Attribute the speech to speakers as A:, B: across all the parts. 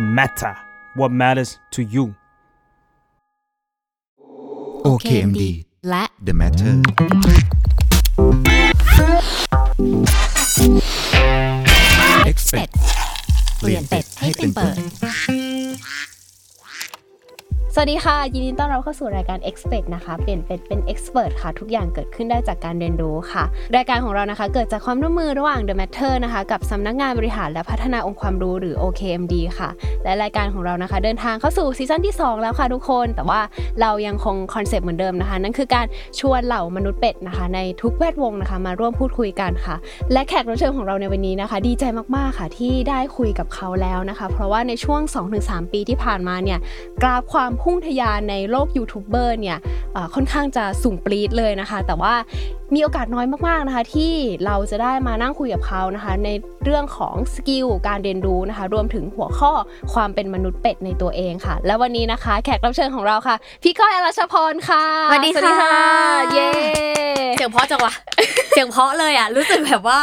A: matter what matters to you
B: OKMD
C: และ
B: The Matter เอ็กเป็ดเปลี่ยนเป็ดให้เป็นเปิด
D: สวัสดีค่ะ ยินดีต้อนรับเข้าสู่รายการ Expert นะคะ เปลี่ยนเป็นเป็น Expert ค่ะ ทุกอย่างเกิดขึ้นได้จากการเรียนรู้ค่ะ รายการของเรานะคะเกิดจากความร่วมมือระหว่าง The Matter นะคะ กับสำนักงานบริหารและพัฒนาองค์ความรู้หรือ OKMD ค่ะ และรายการของเรานะคะเดินทางเข้าสู่ซีซั่นที่ 2 แล้วค่ะทุกคน แต่ว่าเรายังคงคอนเซปต์เหมือนเดิมนะคะ นั่นคือการชวนเหล่ามนุษย์เป็ดนะคะ ในทุกแวดวงนะคะมาร่วมพูดคุยกันค่ะ และแขกรับเชิญของเราในวันนี้นะคะ ดีใจมากๆค่ะที่ได้คุยกับเขาแล้วนะคะ เพราะว่าในช่วง 2-3 ปีที่ผ่านมาเนี่ย กราฟความพุ่งทะยานในโลกยูทูบเบอร์เนี่ยเอ่อค่อนข้างจะสูงปรี๊ดเลยนะคะ แต่ว่ามีโอกาสน้อยมากๆนะคะ ที่เราจะได้มานั่งคุยกับเขานะคะ ในเรื่องของสกิลการเรียนรู้นะคะ รวมถึงหัวข้อความเป็นมนุษย์เป็ดในตัวเองค่ะ และวันนี้นะคะ แขกรับเชิญของเราค่ะ พี่ก้อยอรัชพรค่ะ
C: สวัสดีค่ะ
D: เย้
C: เสียงเพราะจังวะ เสียงเพราะเลยอ่ะ รู้สึกแบบว่า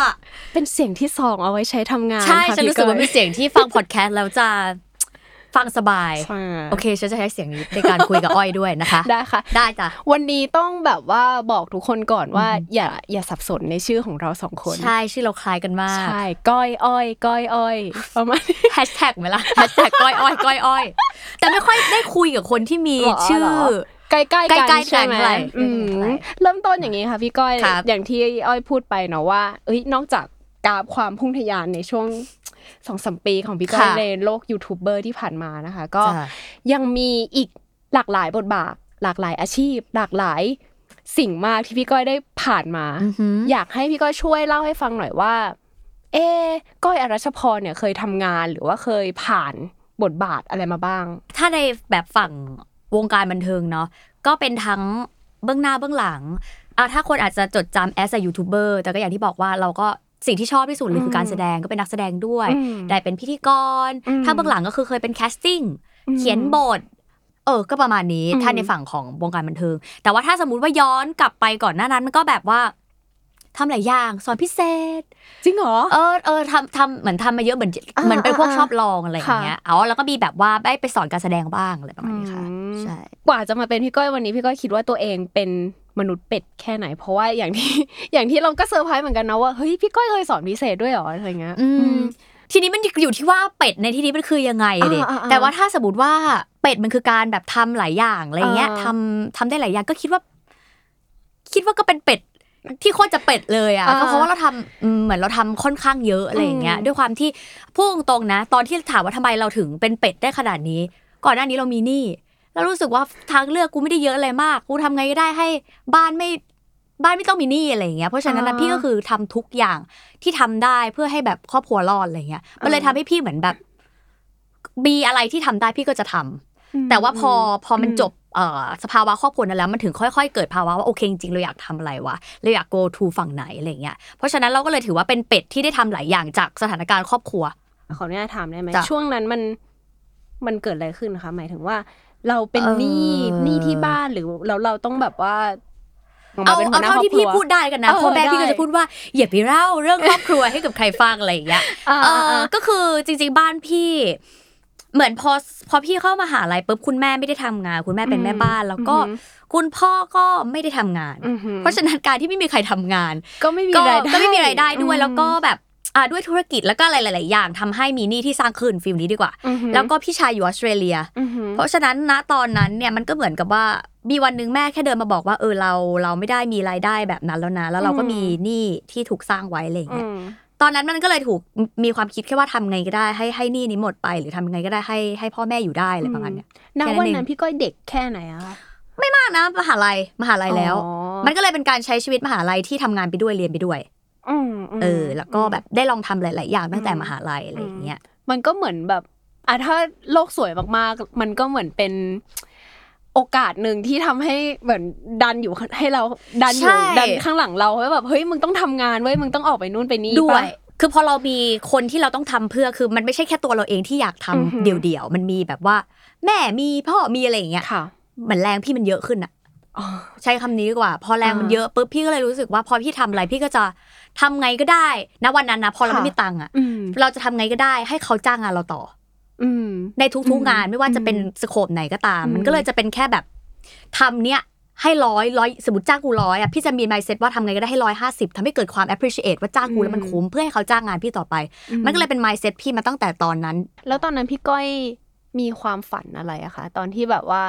D: เป็นเสียงที่สองเอาไว้ใช้ทำงาน
C: ใช่
D: ค่ะ
C: ฉันรู้สึกว่าเป็น
D: พี่
C: เสียงที่ฟังพอดแคสต์แล้วจะฟังสบาย
D: ก้อย
C: โอเค ฉันจะใช้เสียงนี้ในการคุยกับอ้อยด้วยนะคะ
D: ได้ค่ะ
C: ได้จ้ะ
D: วันนี้ต้องแบบว่าบอกทุกคนก่อนว่าอย่าอย่าสับสนในชื่อของเราสองคน
C: ใช่ ชื่อเราคล้ายกันมาก
D: ใช่ก้อยอ้อยก้อยอ้อยประมาณนี้
C: แฮชแท็กไหมล่ะแฮชแท็กก้อยอ้อยก้อยอ้อย แต่ไม่ค่อยได้คุยกับคนที่มี
D: หรอ
C: ชื่อ
D: หรอ ใกล้ๆ
C: ใกล้ๆกั
D: กัน นใช่ไหม
C: ใกล้ๆ
D: อืมเริ่มต้นอย่างนี้ค่ะพี่ก้อย
C: ครับ
D: อย่างที่อ้อยพูดไปเนาะว่าเอ้ยนอกจากกราฟความพุ่งทะยานในช่วงสองสมปีของพี่ก้อย
C: ค่ะ
D: ในโลกยูทูบเบอร์ที่ผ่านมานะคะ ก็
C: จ้ะ
D: ยังมีอีกหลากหลายบทบาท หลากหลายอาชีพ หลากหลายสิ่งมากที่พี่ก้อยได้ผ่านมา
C: อือหือ
D: อ
C: อ
D: ยากให้พี่ก้อยช่วยเล่าให้ฟังหน่อยว่า เอ๊ะก้อยอรัชพรเนี่ยเคยทำงานหรือว่าเคยผ่านบทบาทอะไรมาบ้าง
C: ถ้าในแบบฝั่งวงการบันเทิงเนาะก็เป็นทั้งเบื้องหน้าเบื้องหลังอ่ะถ้าคนอาจจะจดจำแอสยูทูบเบอร์แต่ก็อย่างที่บอกว่าเราก็สิ่งที่ชอบที่สุดเลยคือการแสดงก็เป็นนักแสดงด้วย
D: อืม
C: ได้เป็นพิธีกร
D: อืม
C: ถ้าเบื้องหลังก็คือเคยเป็นแคสติ้ง
D: อืม
C: เขียนบท เออ ก็ประมาณนี้
D: อืม
C: ถ้าในฝั่งของวงการบันเทิง แต่ว่าถ้าสมมติว่าย้อนกลับไปก่อนหน้านั้นมันก็แบบว่าทำหลายอย่าง สอนพิเศษ
D: จริงเหรอ
C: เออ เออทำทำเหมือนทำมาเยอะเหมือน
D: อ่า
C: เหมือนเป็นพวก
D: อ่า
C: ชอบลองอะไรอย่างเงี้ย เอาแล้วก็มีแบบว่าได้ไปสอนการแสดงบ้างอะไรประมาณนี้ค่ะ
D: อืม
C: ใช่
D: กว่าจะมาเป็นพี่ก้อยวันนี้พี่ก้อยคิดว่าตัวเองเป็นมนุษย์เป็ดแค่ไหน เพราะว่าอย่างที่ อย่างที่เราก็เซอร์ไพรส์เหมือนกันนะว่าเฮ้ยพี่ก้อยเคยสอนพิเศษด้วยเหรออะไรเงี้ย
C: อืม ทีนี้มันอยู่ที่ว่าเป็ดในที่นี้มันคือยังไงเลย
D: อ่าอ่าอ่า
C: แต่ว่าถ้าสมมติว่าเป็ดมันคือการแบบทำหลายอย่างอะไรเงี้ย
D: อ่า
C: ทำทำได้หลายอย่างก็คิดว่า คิดว่าก็เป็นเป็ดที่โคตรจะเป็ดเลยอ่ะ
D: อ่า
C: ก็เพราะว่าเราทำอืมเหมือนเราทำค่อนข้างเยอะอะไรอย่างเงี้ย
D: อืม
C: ด้วยความที่พูดตรงๆนะ ตอนที่ถามว่าทำไมเราถึงเป็นเป็ดได้ขนาดนี้ ก่อนหน้านี้เรามีหนี้แล้วรู้สึกว่าทางเลือกกูไม่ได้เยอะอะไรมาก กูทำไงก็ได้ให้บ้านไม่บ้านไม่ต้องมีหนี้อะไรอย่างเงี้ยเพราะฉะนั้นนะ
D: อ่า
C: พี่ก็คือทำทุกอย่างที่ทำได้เพื่อให้แบบครอบครัวรอดอะไรเงี้ยมันเลยทำให้พี่เหมือนแบบ มีอะไรที่ทำได้พี่ก็จะทำแต่ว่าพอพอมันจบเอ่อสภาวะครอบครัวนั้นแล้วมันถึงค่อย ๆ เกิดภาวะว่าโอเคจริงๆเราอยากทำอะไรวะเราอยาก go to ฝั่งไหนอะไรเงี้ยเพราะฉะนั้นเราก็เลยถือว่าเป็นเป็ดที่ได้ทำหลายอย่างจากสถานการณ์ครอบครัว
D: ขออนุญาตถามได้ไหม
C: จ้ะ
D: ช่วงนั้นมันมันเกิดอะไรขึ้นนะคะ หมายถึงว่า เราเป็น
C: เอ่อ
D: หนี้หนี้ที่บ้านหรือเราเราต้องแบบว่า
C: เอา
D: ป็นหั
C: เอา
D: วหน้
C: เท่าที่
D: ครอบครัว
C: พี่พูดได้กันนะ
D: เออ
C: พ่อแม่พี่
D: ได้
C: ก็จะพูดว่าอย่าไปเล่าเรื่องครอบครัวให้กับใครฟังอะไรอย่างเงี้ย
D: อ่า
C: เอ
D: อ่า
C: อ
D: อ่า
C: ก็คือจริง ๆ บ้านพี่ เหมือนพอพอพี่เข้ามหาลัยปุ๊บคุณแม่ไม่ได้ทำงาน คุณแม่เป็นแม่บ้าน แล้วก็
D: อือหือ
C: คุณพ่อก็ไม่ได้ทำงาน
D: อือหือ
C: เพราะฉะนั้นการที่ไม่มีใครทำงาน
D: ก็ไม่มี
C: ก็
D: รายได้
C: ก็ไม่มีรายได้ด้วย แล้วก็
D: อืม
C: แบบอ่าด้วยธุรกิจแล้วก็อะไรหลาย ๆ อย่างทำให้มีหนี้ที่สร้างขึ้นฟิล์มนี้ดีกว่า
D: อือหือ
C: แล้วก็พี่ชายอยู่ออสเตรเลีย
D: อือหือ
C: เพราะฉะนั้นณตอนนั้นเนี่ยมันก็เหมือนกับว่ามีวันหนึ่งแม่แค่เดินมาบอกว่าเออเราเราไม่ได้มีรายได้แบบนั้นแล้วนะ แล้วเราก็
D: อืม
C: มีหนี้ที่ถูกสร้างไว้อะไรอย่าง
D: อื
C: เงี้ย
D: ม
C: ตอนนั้นมันก็เลยถูกมีมีความคิดแค่ว่าทำไงก็ได้ให้ให้หนี้นี้หมดไป หรือทำยังไงก็ได้ให้ให้พ่อแม่อยู่ได้อะไรประมาณเนี้ย
D: ณ
C: แค่นั้น
D: วัน
C: เอง
D: นั้นพี่ก้อยเด็กแค่ไหนอะคะ
C: มากนะมหาลัยมหาลัยแล้ว
D: อ๋อ
C: มันก็เลยเป็นการใช้ชีวิตมหาลัยที่ทำงานไปด้วยเรียนไปด้วย
D: อืมม
C: เออแล้วก็แบบได้ลองทำหลาย ๆ อย่างตั้งแต่
D: อืม
C: มหาลัยอะไรอย่างเงี้ย
D: มันก็เหมือนแบบอ่ะถ้าโลกสวยมากๆ มันก็เหมือนเป็นโอกาสหนึ่งที่ทำให้เหมือนดันอยู่ให้เราดันอยู่
C: ใช่
D: ดันข้างหลังเราไว้แบบเฮ้ยมึงต้องทำงานเว้ยมึงต้องออกไปนู่นไปนี่
C: ด้วย
D: ปะ
C: คือพอเรามีคนที่เราต้องทำเพื่อ คือมันไม่ใช่แค่ตัวเราเองที่อยากทำ
D: อือหือ
C: เดี่ยวๆ มันมีแบบว่า แม่มีพ่อมีอะไรอย่างเงี้ย
D: ค่ะ
C: เหมือนแรงพี่มันเยอะขึ้นอะ
D: อ๋อ
C: ใช้คำนี้ดีกว่า พอแรงมัน
D: อ่า
C: เยอะปุ๊บพี่ก็เลยรู้สึกว่าพอพี่ทำอะไรพี่ก็จะทำไงก็ได้ ณวันนั้นนะพอเรา
D: ค่ะ
C: ไม่มีตังค์อะ
D: อืม
C: เราจะทำไงก็ได้ให้เขาจ้างงานเราต่อ
D: อืม
C: ในทุกๆงานไม่ว่าจะเป็นสโคปไหนก็ตาม
D: อืม
C: มันก็เลยจะเป็นแค่แบบทำเนี่ยให้ร้อยร้อยสมมติจ้างกูร้อยอ่ะพี่จะมีไมเซ็ตว่าทำไงก็ได้ให้ร้อยห้าสิบทำให้เกิดความ appreciate ว่าจ้างกูแล้วมันคุ้มเพื่อให้เขาจ้างงานพี่ต่อไป มันก็เลยเป็นไมเซ็ตพี่มาตั้งแต่ตอนนั้น
D: แล้วตอนนั้นพี่ก้อยมีความฝันอะไรอะคะตอนที่แบบว่า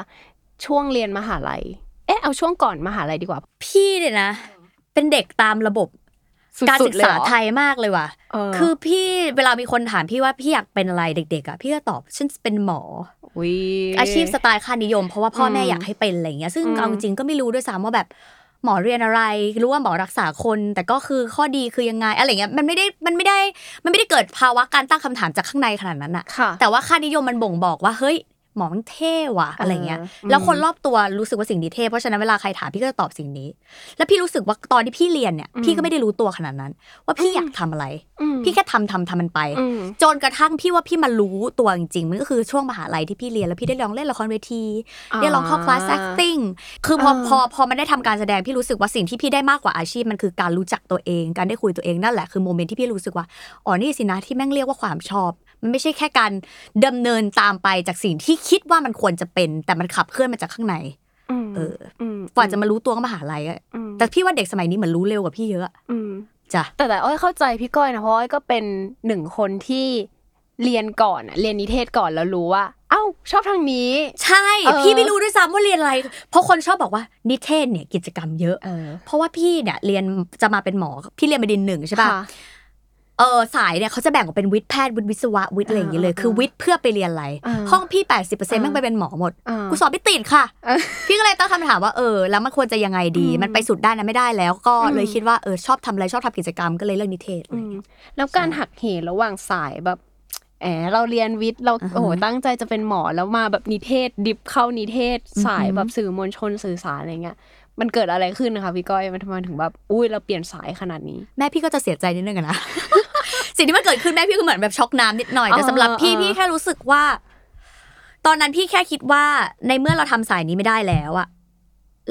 D: ช่วงเรียนมหาลัย เอ๊ะเอาช่วงก่อนมหาลัยดีกว่า
C: พี่เนี่ยนะ เป็นเด็กตามระบบ
D: สุดๆ
C: การศึก
D: เลย
C: ษา
D: เหรอ
C: ไทยมากเลยว่ะ
D: เ
C: คือพี่เวลามีคนถามพี่ว่าพี่อยากเป็นอะไรเด็กๆอ่ะพี่ก็ตอบฉันเป็นหมอ
D: อุ๊ย
C: อาชีพสไตล์ค่านิยม เพราะว่าพ่อแม่
D: อืม
C: อยากให้เป็นอะไรอย่างเงี้ยซึ่ง
D: อืม
C: เอาจริงๆก็ไม่รู้ด้วยซ้ำว่าแบบหมอเรียนอะไร รู้ว่าหมอรักษาคน แต่ก็คือข้อดีคือยังไงอะไรเงี้ยมันไม่ได้มันไม่ได้มันไม่ได้เกิดภาวะการตั้งคำถามจากข้างในขนาดนั้นอะ
D: ค่ะ
C: แต่ว่าค่านิยมมันบ่งบอกว่าเฮ้ยหมอมันเท่ว่ะอะไรเงี้ย
D: เอออืม
C: แล้วคนรอบตัวรู้สึกว่าสิ่งนี้เท่เพราะฉะนั้นเวลาใครถามพี่ก็จะตอบสิ่งนี้ แล้วพี่รู้สึกว่าตอนที่พี่เรียนเนี่ยพี่ก็ไม่ได้รู้ตัวขนาดนั้น ว่าพี่อยากทำอะไร
D: อืม
C: พี่แค่ทำทำทำมันไป
D: อืม
C: จนกระทั่งพี่ว่าพี่มารู้ตัวจริงๆ มันก็คือช่วงมหาลัยที่พี่เรียนแล้วพี่ได้ลองเล่นละครเวที
D: อ่า
C: ได้ลองเข้าคลาส acting คือพอ
D: เออ
C: พอพอมันได้ทำการแสดงพี่รู้สึกว่าสิ่งที่พี่ได้มากกว่าอาชีพมันคือการรู้จักตัวเอง การได้คุยตัวเองนั่นแหละคือโมเมนต์ที่พี่รู้สึกว่าอ๋อนี่สินะที่แม่งเรียกว่าความชอบ มันไม่ใช่แค่การดำเนินตามไปจากสิ่งที่คิดว่ามันควรจะเป็น แต่มันขับเคลื่อนมาจากข้างใน
D: ม
C: เออ
D: ม
C: กว่าจะมารู้ตัวก็มหาลัยอะ
D: อืม
C: แต่พี่ว่าเด็กสมัยนี้เหมือนรู้เร็วกว่าพี่เยอะ
D: อืม
C: จ้ะ
D: แต่แต่อ้อยเข้าใจพี่ก้อยนะเพราะอ้อยก็เป็นหนึ่งคนที่เรียนก่อนอะเรียนนิเทศก่อนแล้วรู้ว่า เอ้า ชอบทางนี้
C: ใช่
D: เออ
C: พี่ไม่รู้ด้วยซ้ำว่าเรียนอะไร เพราะคนชอบบอกว่านิเทศเนี่ยกิจกรรมเยอะ
D: เออ
C: เพราะว่าพี่เนี่ยเรียนจะมาเป็นหมอพี่เรียนบดินทร์หนึ่งใช่ป่ะ
D: ค่ะ
C: เออสายเนี่ยเขาจะแบ่งออกเป็นวิทย์แพทย์วิทย์วิศวะวิทย์อะไรอย่างเงี้ยเลย
D: เออ
C: คือวิทย์เพื่อไปเรียนอะไร
D: เออ
C: ห้องพี่80%ดสิบเปอร์เซ็น
D: อ
C: ต์แม่งไปเป็นหมอหมด
D: อ่า
C: กูสอบไม่ติดค่ะ
D: เออ
C: พี่ก็เลยตั้งคำถามว่าเออแล้วมันควรจะยังไงดี
D: อืม
C: มันไปสุดได้นะไม่ได้แล้ว ก็
D: อืม
C: เลยคิดว่าเออชอบทำอะไรชอบทำกิจกรรมก็เลยเลือกนิเทศอะไรอย่างเงี้ย
D: แล้วการหักเหระหว่างสายแบบแหมเราเรียนวิทย์เรา
C: อือฮึ
D: โอ้โหตั้งใจจะเป็นหมอแล้วมาแบบนิเทศ ดิบเข้านิเทศ สาย
C: อือฮึ
D: แบบสื่อมวลชนสื่อสารอะไรเงี้ยมันเกิดอะไรขึ้นนะคะพี่ก้อยมันทำไมถึงแบบอุ้ยเราเปลี่ยนสายขนาดนี้
C: แม่พี่ก็จะเสียใจนิดนึงอะ นะ สิ่งที่มันเกิดขึ้นแม่พี่ก็เหมือนแบบช็อกน้ำนิดหน่อย แต่
D: อ๋อ
C: สำหรับพี่
D: เออ
C: พี่แค่รู้สึกว่า ตอนนั้นพี่แค่คิดว่าในเมื่อเราทำสายนี้ไม่ได้แล้วอะ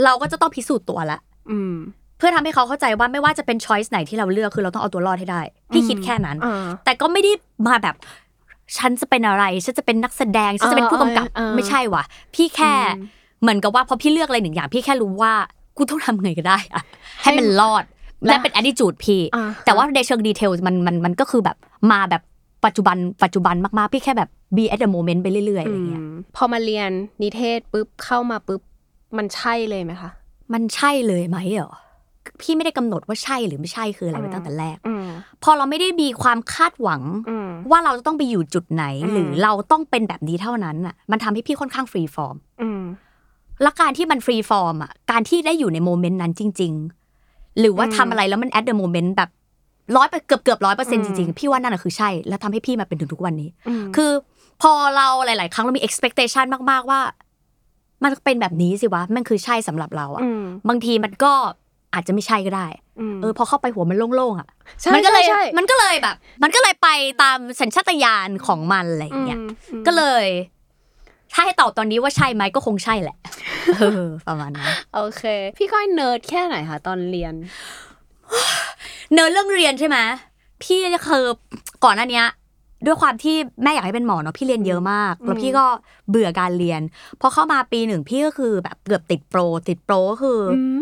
C: เราก็จะต้องพิสูจน์ตัวละ
D: อืม
C: เพื่อทำให้เขาเข้าใจว่าไม่ว่าจะเป็นช้อยส์ไหนที่เราเลือกคือเราต้องเอาตัวรอดให้ได้ พี่คิดแค่นั้น
D: อ่า
C: แต่ก็ไม่ได้มาแบบ ฉันจะเป็นอะไร ฉันจะเป็นนักแสดง ฉันจะเป็นผู้กำกับ
D: เออเออเออ
C: ไม่ใช่ว่ะ พี่แค่ เหมือนกับว่าพอพี่เลือกอะไรหนึ่งอย่าง พี่แค่รู้ว่ากูต้องทำไงก็ได้อะให้มันรอด และเป็น attitude พี่
D: อ่า
C: แต่ว่าในเชิงดีเทลมันมันมันก็คือแบบมาแบบปัจจุบันปัจจุบันมากๆ พี่แค่แบบ be at the moment ไปเรื่อยๆอะไรเงี้ย
D: มพอมาเรียนนิเทศปุ๊บเข้ามาปุ๊บมันใช่เลยไหมคะ
C: มันใช่เลยไหมเหรอ พี่ไม่ได้กำหนดว่าใช่หรือไม่ใช่คืออะไรไว้ตั้งแต่แรก
D: อืม
C: พอเราไม่ได้มีความคาดหวัง
D: อืม
C: ว่าเราจะต้องไปอยู่จุดไหน
D: อืม
C: หรือเราต้องเป็นแบบนี้เท่านั้นอ่ะ มันทำให้พี่ค่อนข้างฟรีฟอร์ม
D: อืม
C: และการที่มันฟรีฟอร์มอ่ะ การที่ได้อยู่ในโมเมนต์นั้นจริง ๆ หรือว่า
D: อืม
C: ทำอะไรแล้วมัน at the moment แบบร้อยเกือบเกือบร้อยเปอร์เซ็นต์จริง ๆ พี่ว่านั่นอะคือใช่ แล้วทำให้พี่มาเป็นถึงทุกวันนี้
D: อืม
C: คือพอเราหลาย ๆ ครั้งเรามี expectation มาก ๆ ว่า มันเป็นแบบนี้สิวะ มันคือใช่สำหรับเราอะ
D: อืม
C: บางทีมันก็อาจจะไม่ใช่ก็ได้
D: อืม
C: เออพอเข้าไปหัวมันโล่งๆอ่ะ
D: ใช่
C: มันก็เลย
D: ใช่ใช่
C: มันก็เลยแบบ มันก็เลยไปตามสัญชาตญาณของมันอะไรอย่างเงี้ย
D: อืมอืม
C: ก็เลย ถ้าให้ตอบตอนนี้ว่าใช่ไหมก็คงใช่แหละ เออประมาณนั้น
D: โอเค พี่ก้อยเนิร์ดแค่ไหนคะตอนเรียน
C: เนื้อเรื่องเรียนใช่ไหมพี่คือก่อนหน้าเนี้ย ด้วยความที่แม่อยากให้เป็นหมอเนาะพี่เรียนเยอะมากแล้วพี่ก็เบื่อการเรียนพอเข้ามาปีหนึ่งพี่ก็คือแบบเกือบติดโปร ติดโปรก็คืออ
D: ม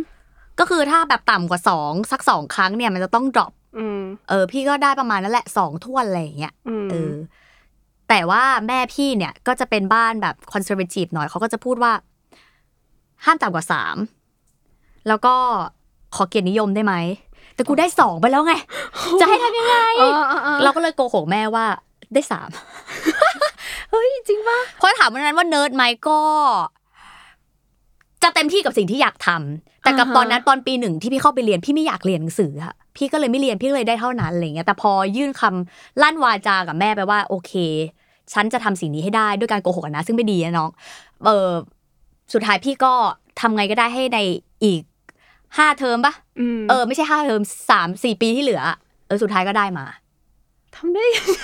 C: ก็คือถ้าแบบต่ำกว่าสองสักสองครั้งเนี่ยมันจะต้อง drop
D: อืม
C: เออพี่ก็ได้ประมาณนั่นแหละสองท่วนอะไรอย่างเงี้ย
D: อืม
C: เออแต่ว่าแม่พี่เนี่ยก็จะเป็นบ้านแบบคอนเซอร์เวทีฟหน่อยเขาก็จะพูดว่า ห้ามต่ำกว่าสามแล้วก็ขอเกียรตินิยมได้ไหม แต่กูได้สองไปแล้วไง จะให้ทำยังไง
D: เออเออเออ
C: เราก็เลยโกหกแม่ว่าได้สาม
D: เฮ้ยจริงป่ะ
C: เพราะถามวันนั้นว่าเนิร์ดไหมก็ จะเต็มที่กับสิ่งที่อยากทำแต่กับ
D: อ่าฮะ
C: ตอนนั้นตอนปีหนึ่งที่พี่เข้าไปเรียนพี่ไม่อยากเรียนหนังสือค่ะพี่ก็เลยไม่เรียนพี่ก็เลยได้เท่านั้นอะไรเงี้ยแต่พอยื่นคำลั่นวาจากับแม่ไปว่า โอเค ฉันจะทำสิ่งนี้ให้ได้ด้วยการโกหกอะนะ ซึ่งไม่ดีนะน้องเออสุดท้ายพี่ก็ทำไงก็ได้ให้ในอีกห้าเทอมปะ
D: อืม
C: เออไม่ใช่ห้าเทอมสามสี่ปีที่เหลือเออสุดท้ายก็ได้มา
D: ทำได้ยังไง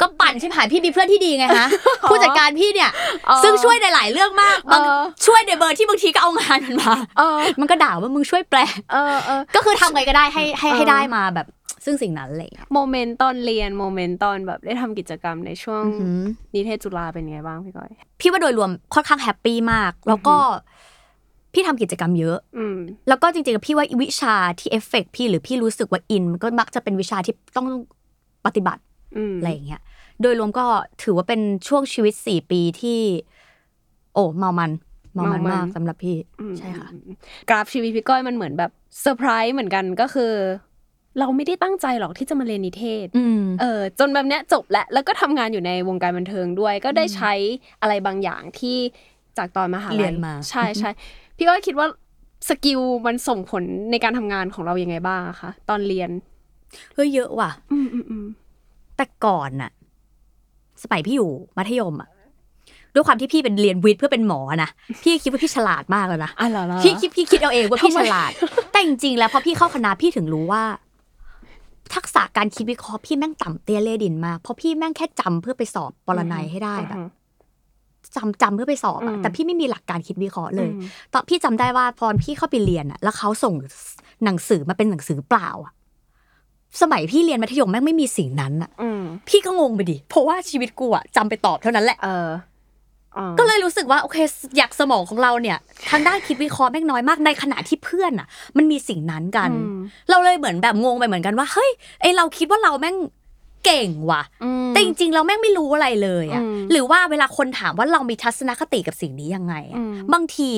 C: ก็ปั่นชิบหายพี่มีเพื่อนที่ดีไงฮะ
D: อ๋อ
C: ผู้จัดการพี่เนี่ย
D: อ๋อ
C: ซึ่งช่วยในหลายเรื่องมากบาง
D: เออ
C: ช่วยในเบอร์ที่บางทีก็เอางานมันมา
D: เออ
C: มันก็ด่าว่ามึงช่วยแปล
D: เออเออ
C: ก็คือทำไงก็ได้ให้ให้ให้
D: เออ
C: ได้มาแบบ ซึ่งสิ่งนั้นอะไรอย่างเงี้ย
D: โมเมนต์ตอนเรียนโมเมนต์ตอนแบบได้ทำกิจกรรมในช่วง
C: อือหือ
D: นิเทศจุฬาเป็นไงบ้างพี่ก้อย
C: พี่ว่าโดยรวมค่อนข้างแฮปปี้มาก แล้วก็พี่ทำกิจกรรมเยอะ
D: อืม
C: แล้วก็จริงๆ พี่ว่าวิชาที่เอฟเฟกต์พี่หรือพี่รู้สึกว่าอินมันก็มักจะเป็นวิชาที่ต้องปฏิบัติ
D: อืม
C: อะไรอย่างเงี้ย โดยรวมก็ถือว่าเป็นช่วงชีวิตสี่ปีที่ โอ้เมามันเมามันมากสำหรับพี่
D: อืม
C: ใช่ค่ะ
D: อืมอืมกราฟชีวิตพี่ก้อยมันเหมือนแบบเซอร์ไพรส์เหมือนกันก็คือ เราไม่ได้ตั้งใจหรอกที่จะมาเรียนนิเทศ
C: อืม
D: เออจนแบบเนี้ยจบแล้วแล้วก็ทำงานอยู่ในวงการบันเทิงด้วย ก็ได้ใช้อะไรบางอย่างที่จากตอนมหาลัย
C: เรียนมา
D: ใช่ ใช่พี่ก็คิดว่าสกิลมันส่งผลในการทำงานของเรายังไงบ้างอะคะตอนเรียน
C: เฮ้ยเยอะว่ะ
D: อืมอืมอืม
C: แต่ก่อนน่ะ สมัยพี่อยู่มัธยมอะด้วยความที่พี่เป็นเรียนวิทย์เพื่อเป็นหมอนะพี่คิดว่าพี่ฉลาดมากเลยนะ
D: อ่ะเหรอเหรอ
C: พี่คิดพี่คิดเอาเองว่าพี่
D: ทำไม
C: ฉลาด แต่จริงๆ แล้วพอพี่เข้าคณะพี่ถึงรู้ว่า ทักษะการคิดวิเคราะห์พี่แม่งต่ำเตี้ยเล่ดินมากเพราะพี่แม่งแค่จำเพื่อไปสอบปรนัยให้ได้
D: อ่า
C: แบบ
D: ฮะ
C: จำจำเพื่อไปสอบอะ
D: อืม
C: แต่พี่ไม่มีหลักการคิดวิเคราะห์เลย
D: อืม
C: ตอนพี่จำได้ว่าพอพี่เข้าไปเรียนอะแล้วเขาส่งหนังสือมาเป็นหนังสือเปล่าอะสมัยพี่เรียนมัธยมแม่งไม่มีสิ่งนั้นอะ
D: อืม
C: พี่ก็งงไปดิเพราะว่าชีวิตกูอะจำไปตอบเท่านั้นแหละ
D: เอออ๋อ
C: ก็เลยรู้สึกว่าโอเคอยากสมองของเราเนี่ย ทางด้านคิดวิเคราะห์แม่งน้อยมากในขณะที่เพื่อนอ่ะ มันมีสิ่งนั้นกัน
D: อืม
C: เราเลยเหมือนแบบงงไปเหมือนกันว่าเฮ้ยไอเราคิดว่าเราแม่งเก่งว่ะ
D: อืม
C: แต่จริงๆเราแม่งไม่รู้อะไรเลยอ่ะ
D: อืม
C: หรือว่าเวลาคนถามว่าเรามีทัศนคติกับสิ่งนี้ยังไงอะ
D: อืม
C: บางที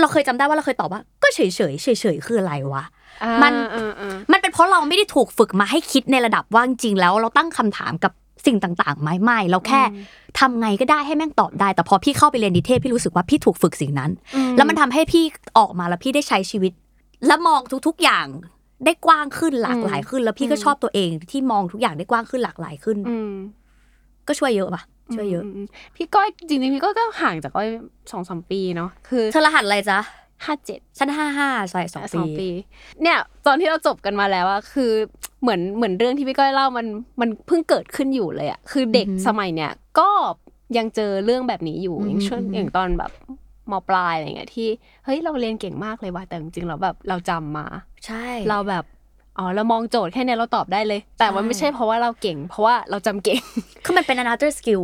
C: เราเคยจำได้ว่าเราเคยตอบว่า ก็เฉยเฉยเฉยเฉยๆคืออะไรวะ
D: อ่า
C: มัน
D: อ่าอ่า
C: มันเป็นเพราะเราไม่ได้ถูกฝึกมาให้คิดในระดับว่าจริงๆแล้วเราตั้งคำถามกับสิ่งต่างๆไหมไม่เราแค่
D: อืม
C: ทำไงก็ได้ให้แม่งตอบได้ แต่พอพี่เข้าไปเรียนดิเทศพี่รู้สึกว่าพี่ถูกฝึกสิ่งนั้น
D: อื
C: แล้วมันทำให้พี่ออกมาแล้วพี่ได้ใช้ชีวิต และมองทุกๆอย่างได้กว้างขึ้นหลากหลายขึ้น แล้วพี่ก็ชอบตัวเองที่มองทุกอย่างได้กว้างขึ้นหลากหลายขึ้น
D: อืม
C: ก็ช่วยเยอะป่ะช่วยเยอะ
D: มมมพี่ก้อยจริงๆพี่ก้อยก็ห่างจากก้อยสองสามปีเนาะคือ
C: เธอรหัสอะไรจ๊ะ
D: ห้าเจ็ด
C: ชั้นห้าห้าใส่ส
D: ส
C: อ
D: อง ง
C: ปี
D: ปี เนี่ย ตอนที่เราจบกันมาแล้วอะคือเหมือนเหมือนเรื่องที่พี่ก้อยเล่ามันมันเพิ่งเกิดขึ้นอยู่เลยอะคือเด็กสมัยเนี่ยก็ยังเจอเรื่องแบบนี้อยู่อย่างเช่นอย่างตอนแบบมปลายอะไรเงี้ยที่เฮ้ยเราเรียนเก่งมากเลยว่ะแต่จริงๆเราแบบเราจำมา
C: ใช่
D: เราแบบอ๋อเรามองโจทย์แค่เนี้ยเราตอบได้เลย แต่มันไม่ใช่เพราะว่าเราเก่ง เพราะว่าเราจำเก่ง
C: คือมันเป็น another skill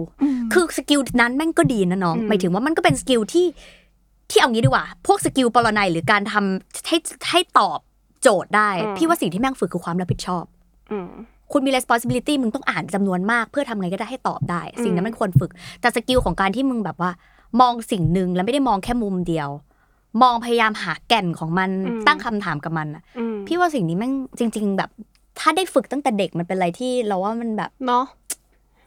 C: คือสกิลนั้นแม่งก็ดีนะน้อง
D: อืม
C: หมายถึงว่ามันก็เป็นสกิลที่ที่เอางี้ดีกว่า พวกสกิลปรนัยหรือการทำให้ให้ตอบโจทย์ได้ พี่ว่าสิ่งที่แม่งฝึกคือความรับผิดชอบ
D: อืม
C: คุณมี responsibility มึงต้องอ่านจำนวนมาก เพื่อทำไงก็ได้ให้ตอบได้ สิ่งนั้นมันควรฝึก แต่สกิลของการที่มึงแบบว่า มองสิ่งหนึ่งแล้วไม่ได้มองแค่มุมเดียว มองพยายามหาแก่นของมัน
D: อืม
C: ตั้งคำถามกับมันอะ
D: อืม
C: พี่ว่าสิ่งนี้แม่งจริง ๆ แบบ ถ้าได้ฝึกตั้งแต่เด็กมันเป็นอะไรที่เราว่ามันแบบ
D: เนาะ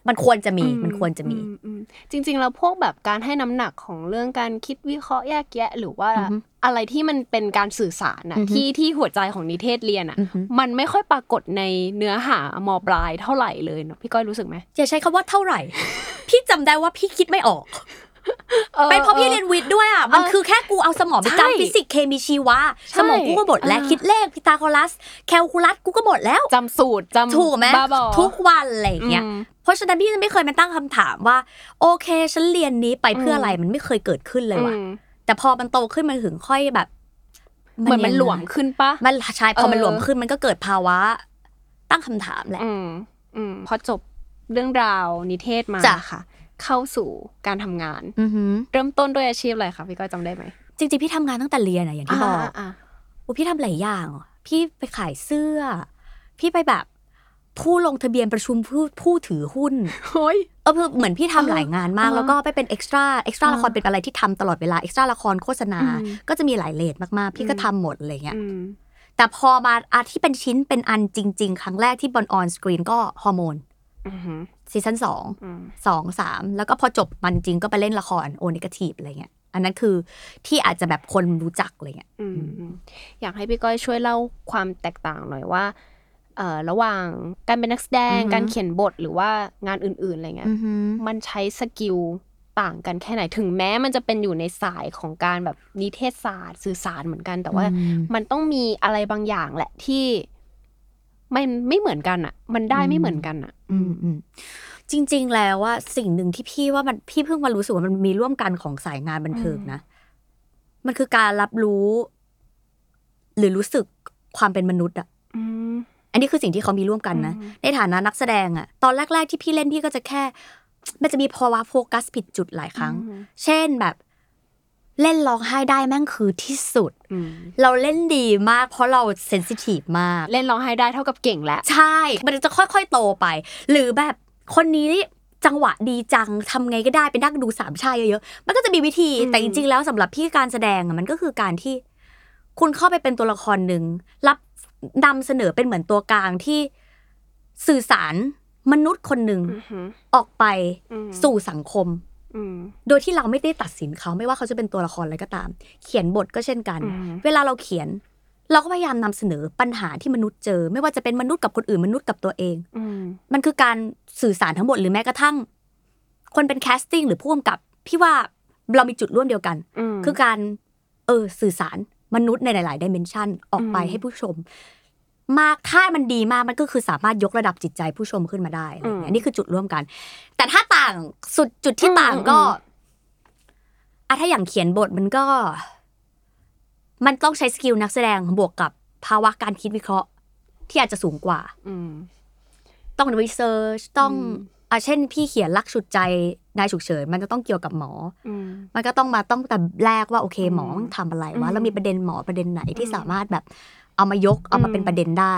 C: มันควรจะมี
D: อื
C: มันควรจะมี
D: อือืจริงๆแล้วพวกแบบการให้น้ำหนักของเรื่องการคิดวิเคราะห์แยกแยะ หรือว่า
C: อือฮึ
D: อะไรที่มันเป็นการสื่อสารน่ะ
C: อือฮึ
D: ที่ที่หัวใจของนิเทศเรียนอ่ะ
C: อือฮึ
D: มันไม่ค่อยปรากฏในเนื้อหามปลายเท่าไหร่เลยเนาะพี่ก้อยรู้สึกไหม
C: อย่าใช้คำว่าเท่า ไหร่ พี่จำได้ว่าพี่คิดไม่ออก เป็นเพราะพี่เรียนวิทย์ด้วยอ่ะ มัน
D: เออ
C: คือแค่กูเอาสมองไป
D: ใช่
C: จำฟิสิกส์เคมีชีวะ
D: ใช่
C: สมองกูก็หมดแล้ว
D: อ่า
C: คิดเลขพิทาโคลัส แคลคูลัสกูก็หมดแล้ว
D: จำสูตรจำ
C: ถูกไหม
D: บ้าบอ
C: ทุกวันอะไรอย่างเงี้ย
D: อืม
C: เพราะฉะนั้นพี่จะไม่เคยมาตั้งคำถามว่า โอเค ฉันเรียนนี้ไปเพื่ออะไรมันไม่เคยเกิดขึ้นเลยว่ะ
D: อืม
C: แต่พอมันโตขึ้นมันถึงค่อยแบบ
D: เหมือนมันหลวมขึ้นปะ
C: มันใช่พอมัน
D: เออ
C: หลวมขึ้นมันก็เกิดภาวะ ตั้งคำถามแหละ
D: อืมอืมพอจบเรื่องราวนิเทศมา
C: จ้ะ
D: ค่ะ เข้าสู่การทำงาน
C: อือหือ
D: เริ่มต้นด้วยอาชีพอะไรคะพี่ก้อยจำได้ไหม
C: จริงๆพี่ทำงานตั้งแต่เรียนอะอย่างที่บอก
D: าา
C: โอ้พี่ทำหลายอย่างอ่ะพี่ไปขายเสื้อ พี่ไปแบบผู้ลงทะเบียนประชุมผู้ผู้ถือหุ้น
D: โอ้ย
C: เออคือเหมือนพี่ทำหลายงานมาก
D: อ่าฮะ
C: แล้วก็ไปเป็นเอ็กซ์ตร้าเอ็กซ์ตร้า
D: อ่า
C: ละครเป็นอะไรที่ทำตลอดเวลาเอ็กซ์ตร้าละครโฆษณา
D: อืม
C: ก็จะมีหลายเลทมากๆ พี่ก็
D: อืม
C: ทำหมดอะไรเงี้ย
D: อืม
C: แต่พอมาอาที่เป็นชิ้นเป็นอันจริง ๆ ครั้งแรกที่บอลออนสกรีนก็ฮอร์โมน
D: อือหือ
C: ซีซั่นสอง
D: อืม
C: สองสามแล้วก็พอจบมันจริงก็ไปเล่นละครโอเนกาทีฟอะไรเงี้ยอันนั้นคือที่อาจจะแบบคนรู้จักอะไรเงี้ย
D: อืมอืมอยากให้พี่ก้อยช่วยเล่าความแตกต่างหน่อยว่าเอ่อระหว่างการเป็นนักแสดง
C: อือฮึ
D: การเขียนบทหรือว่างานอื่นๆอะไรเงี้ย
C: อือหือ
D: มันใช้สกิลต่างกันแค่ไหนถึงแม้มันจะเป็นอยู่ในสายของการแบบนิเทศศาสตร์ สื่อสารเหมือนกัน แต่ว่า
C: อืม
D: มันต้องมีอะไรบางอย่างแหละที่ไม่ไม่เหมือนกันอะมันได้ไม่เหมือนกันอะ
C: อืมอืมจริง ๆ แล้วว่าสิ่งหนึ่งที่พี่ว่ามันพี่เพิ่งมารู้สึกว่ามันมีร่วมกันของสายงานบันเทิงนะ มันคือการรับรู้ หรือรู้สึกความเป็นมนุษย์อะ
D: อืม
C: อันนี้คือสิ่งที่เขามีร่วมกันนะ ในฐานะนักแสดงอะตอนแรก ๆ ที่พี่เล่นพี่ก็จะแค่ มันจะมีภาวะโฟกัสผิดจุดหลายครั้ง
D: อืม
C: เช่นแบบเล่นร้องไห้ได้แม่งคือที่สุด
D: อืม
C: เราเล่นดีมากเพราะเราเซนซิทีฟมาก
D: เล่นร้องไห้ได้เท่ากับเก่งแล้ว
C: ใช่ มันจะค่อยๆ โตไป หรือแบบคนนี้จังหวะดีจังทำไงก็ได้ไปนั่งดูสามชายเยอะๆ มันก็จะมีวิธี
D: อืม
C: แต่จริงๆ แล้วสำหรับพี่การแสดงอะมันก็คือการที่ คุณเข้าไปเป็นตัวละครหนึ่ง รับนำเสนอเป็นเหมือนตัวกลางที่สื่อสารมนุษย์คนหนึ่งออกไปสู่สังคม
D: อืม
C: โดยที่เราไม่ได้ตัดสินเขาไม่ว่าเขาจะเป็นตัวละครอะไรก็ตาม เขียนบทก็เช่นกัน
D: อืม
C: เวลาเราเขียน เราก็พยายามนำเสนอปัญหาที่มนุษย์เจอ ไม่ว่าจะเป็นมนุษย์กับคนอื่นมนุษย์กับตัวเอง
D: อืม
C: มันคือการสื่อสารทั้งหมดหรือแม้กระทั่ง คนเป็นแคสติ้งหรือผู้กำกับพี่ว่าเรามีจุดร่วมเดียวกัน คือการเออสื่อสารมนุษย์ในหลาย ๆ ดิเมนชันออกไป
D: อืม
C: ให้ผู้ชม มากถ้ามันดีมากมันก็คือสามารถยกระดับจิตใจผู้ชมขึ้นมาได้อะไรอย่างเงี้ย
D: อืม
C: นี่คือจุดร่วมกัน แต่ถ้าต่างสุดจุดที่
D: อืม
C: ต่างก็
D: อืม
C: อะถ้าอย่างเขียนบทมันก็ มันต้องใช้สกิลนักแสดงบวกกับภาวะการคิดวิเคราะห์ ที่อาจจะสูงกว่า
D: อืม
C: ต้องรีเสิร์ชต้อง
D: อืม
C: อ่ะเช่น พี่เขียนรักฉุดใจนายฉุกเฉินมันจะต้องเกี่ยวกับหมอ
D: อืม
C: มันก็ต้องมาต้องแต่แรกว่าโอเค
D: อืม
C: หมอทำอะไร
D: อื
C: วะ
D: ม
C: แล้วมีประเด็นหมอประเด็นไหนที่
D: อืม
C: สามารถแบบเอามายกเอามาเป็น
D: อืม
C: ประเด็นได้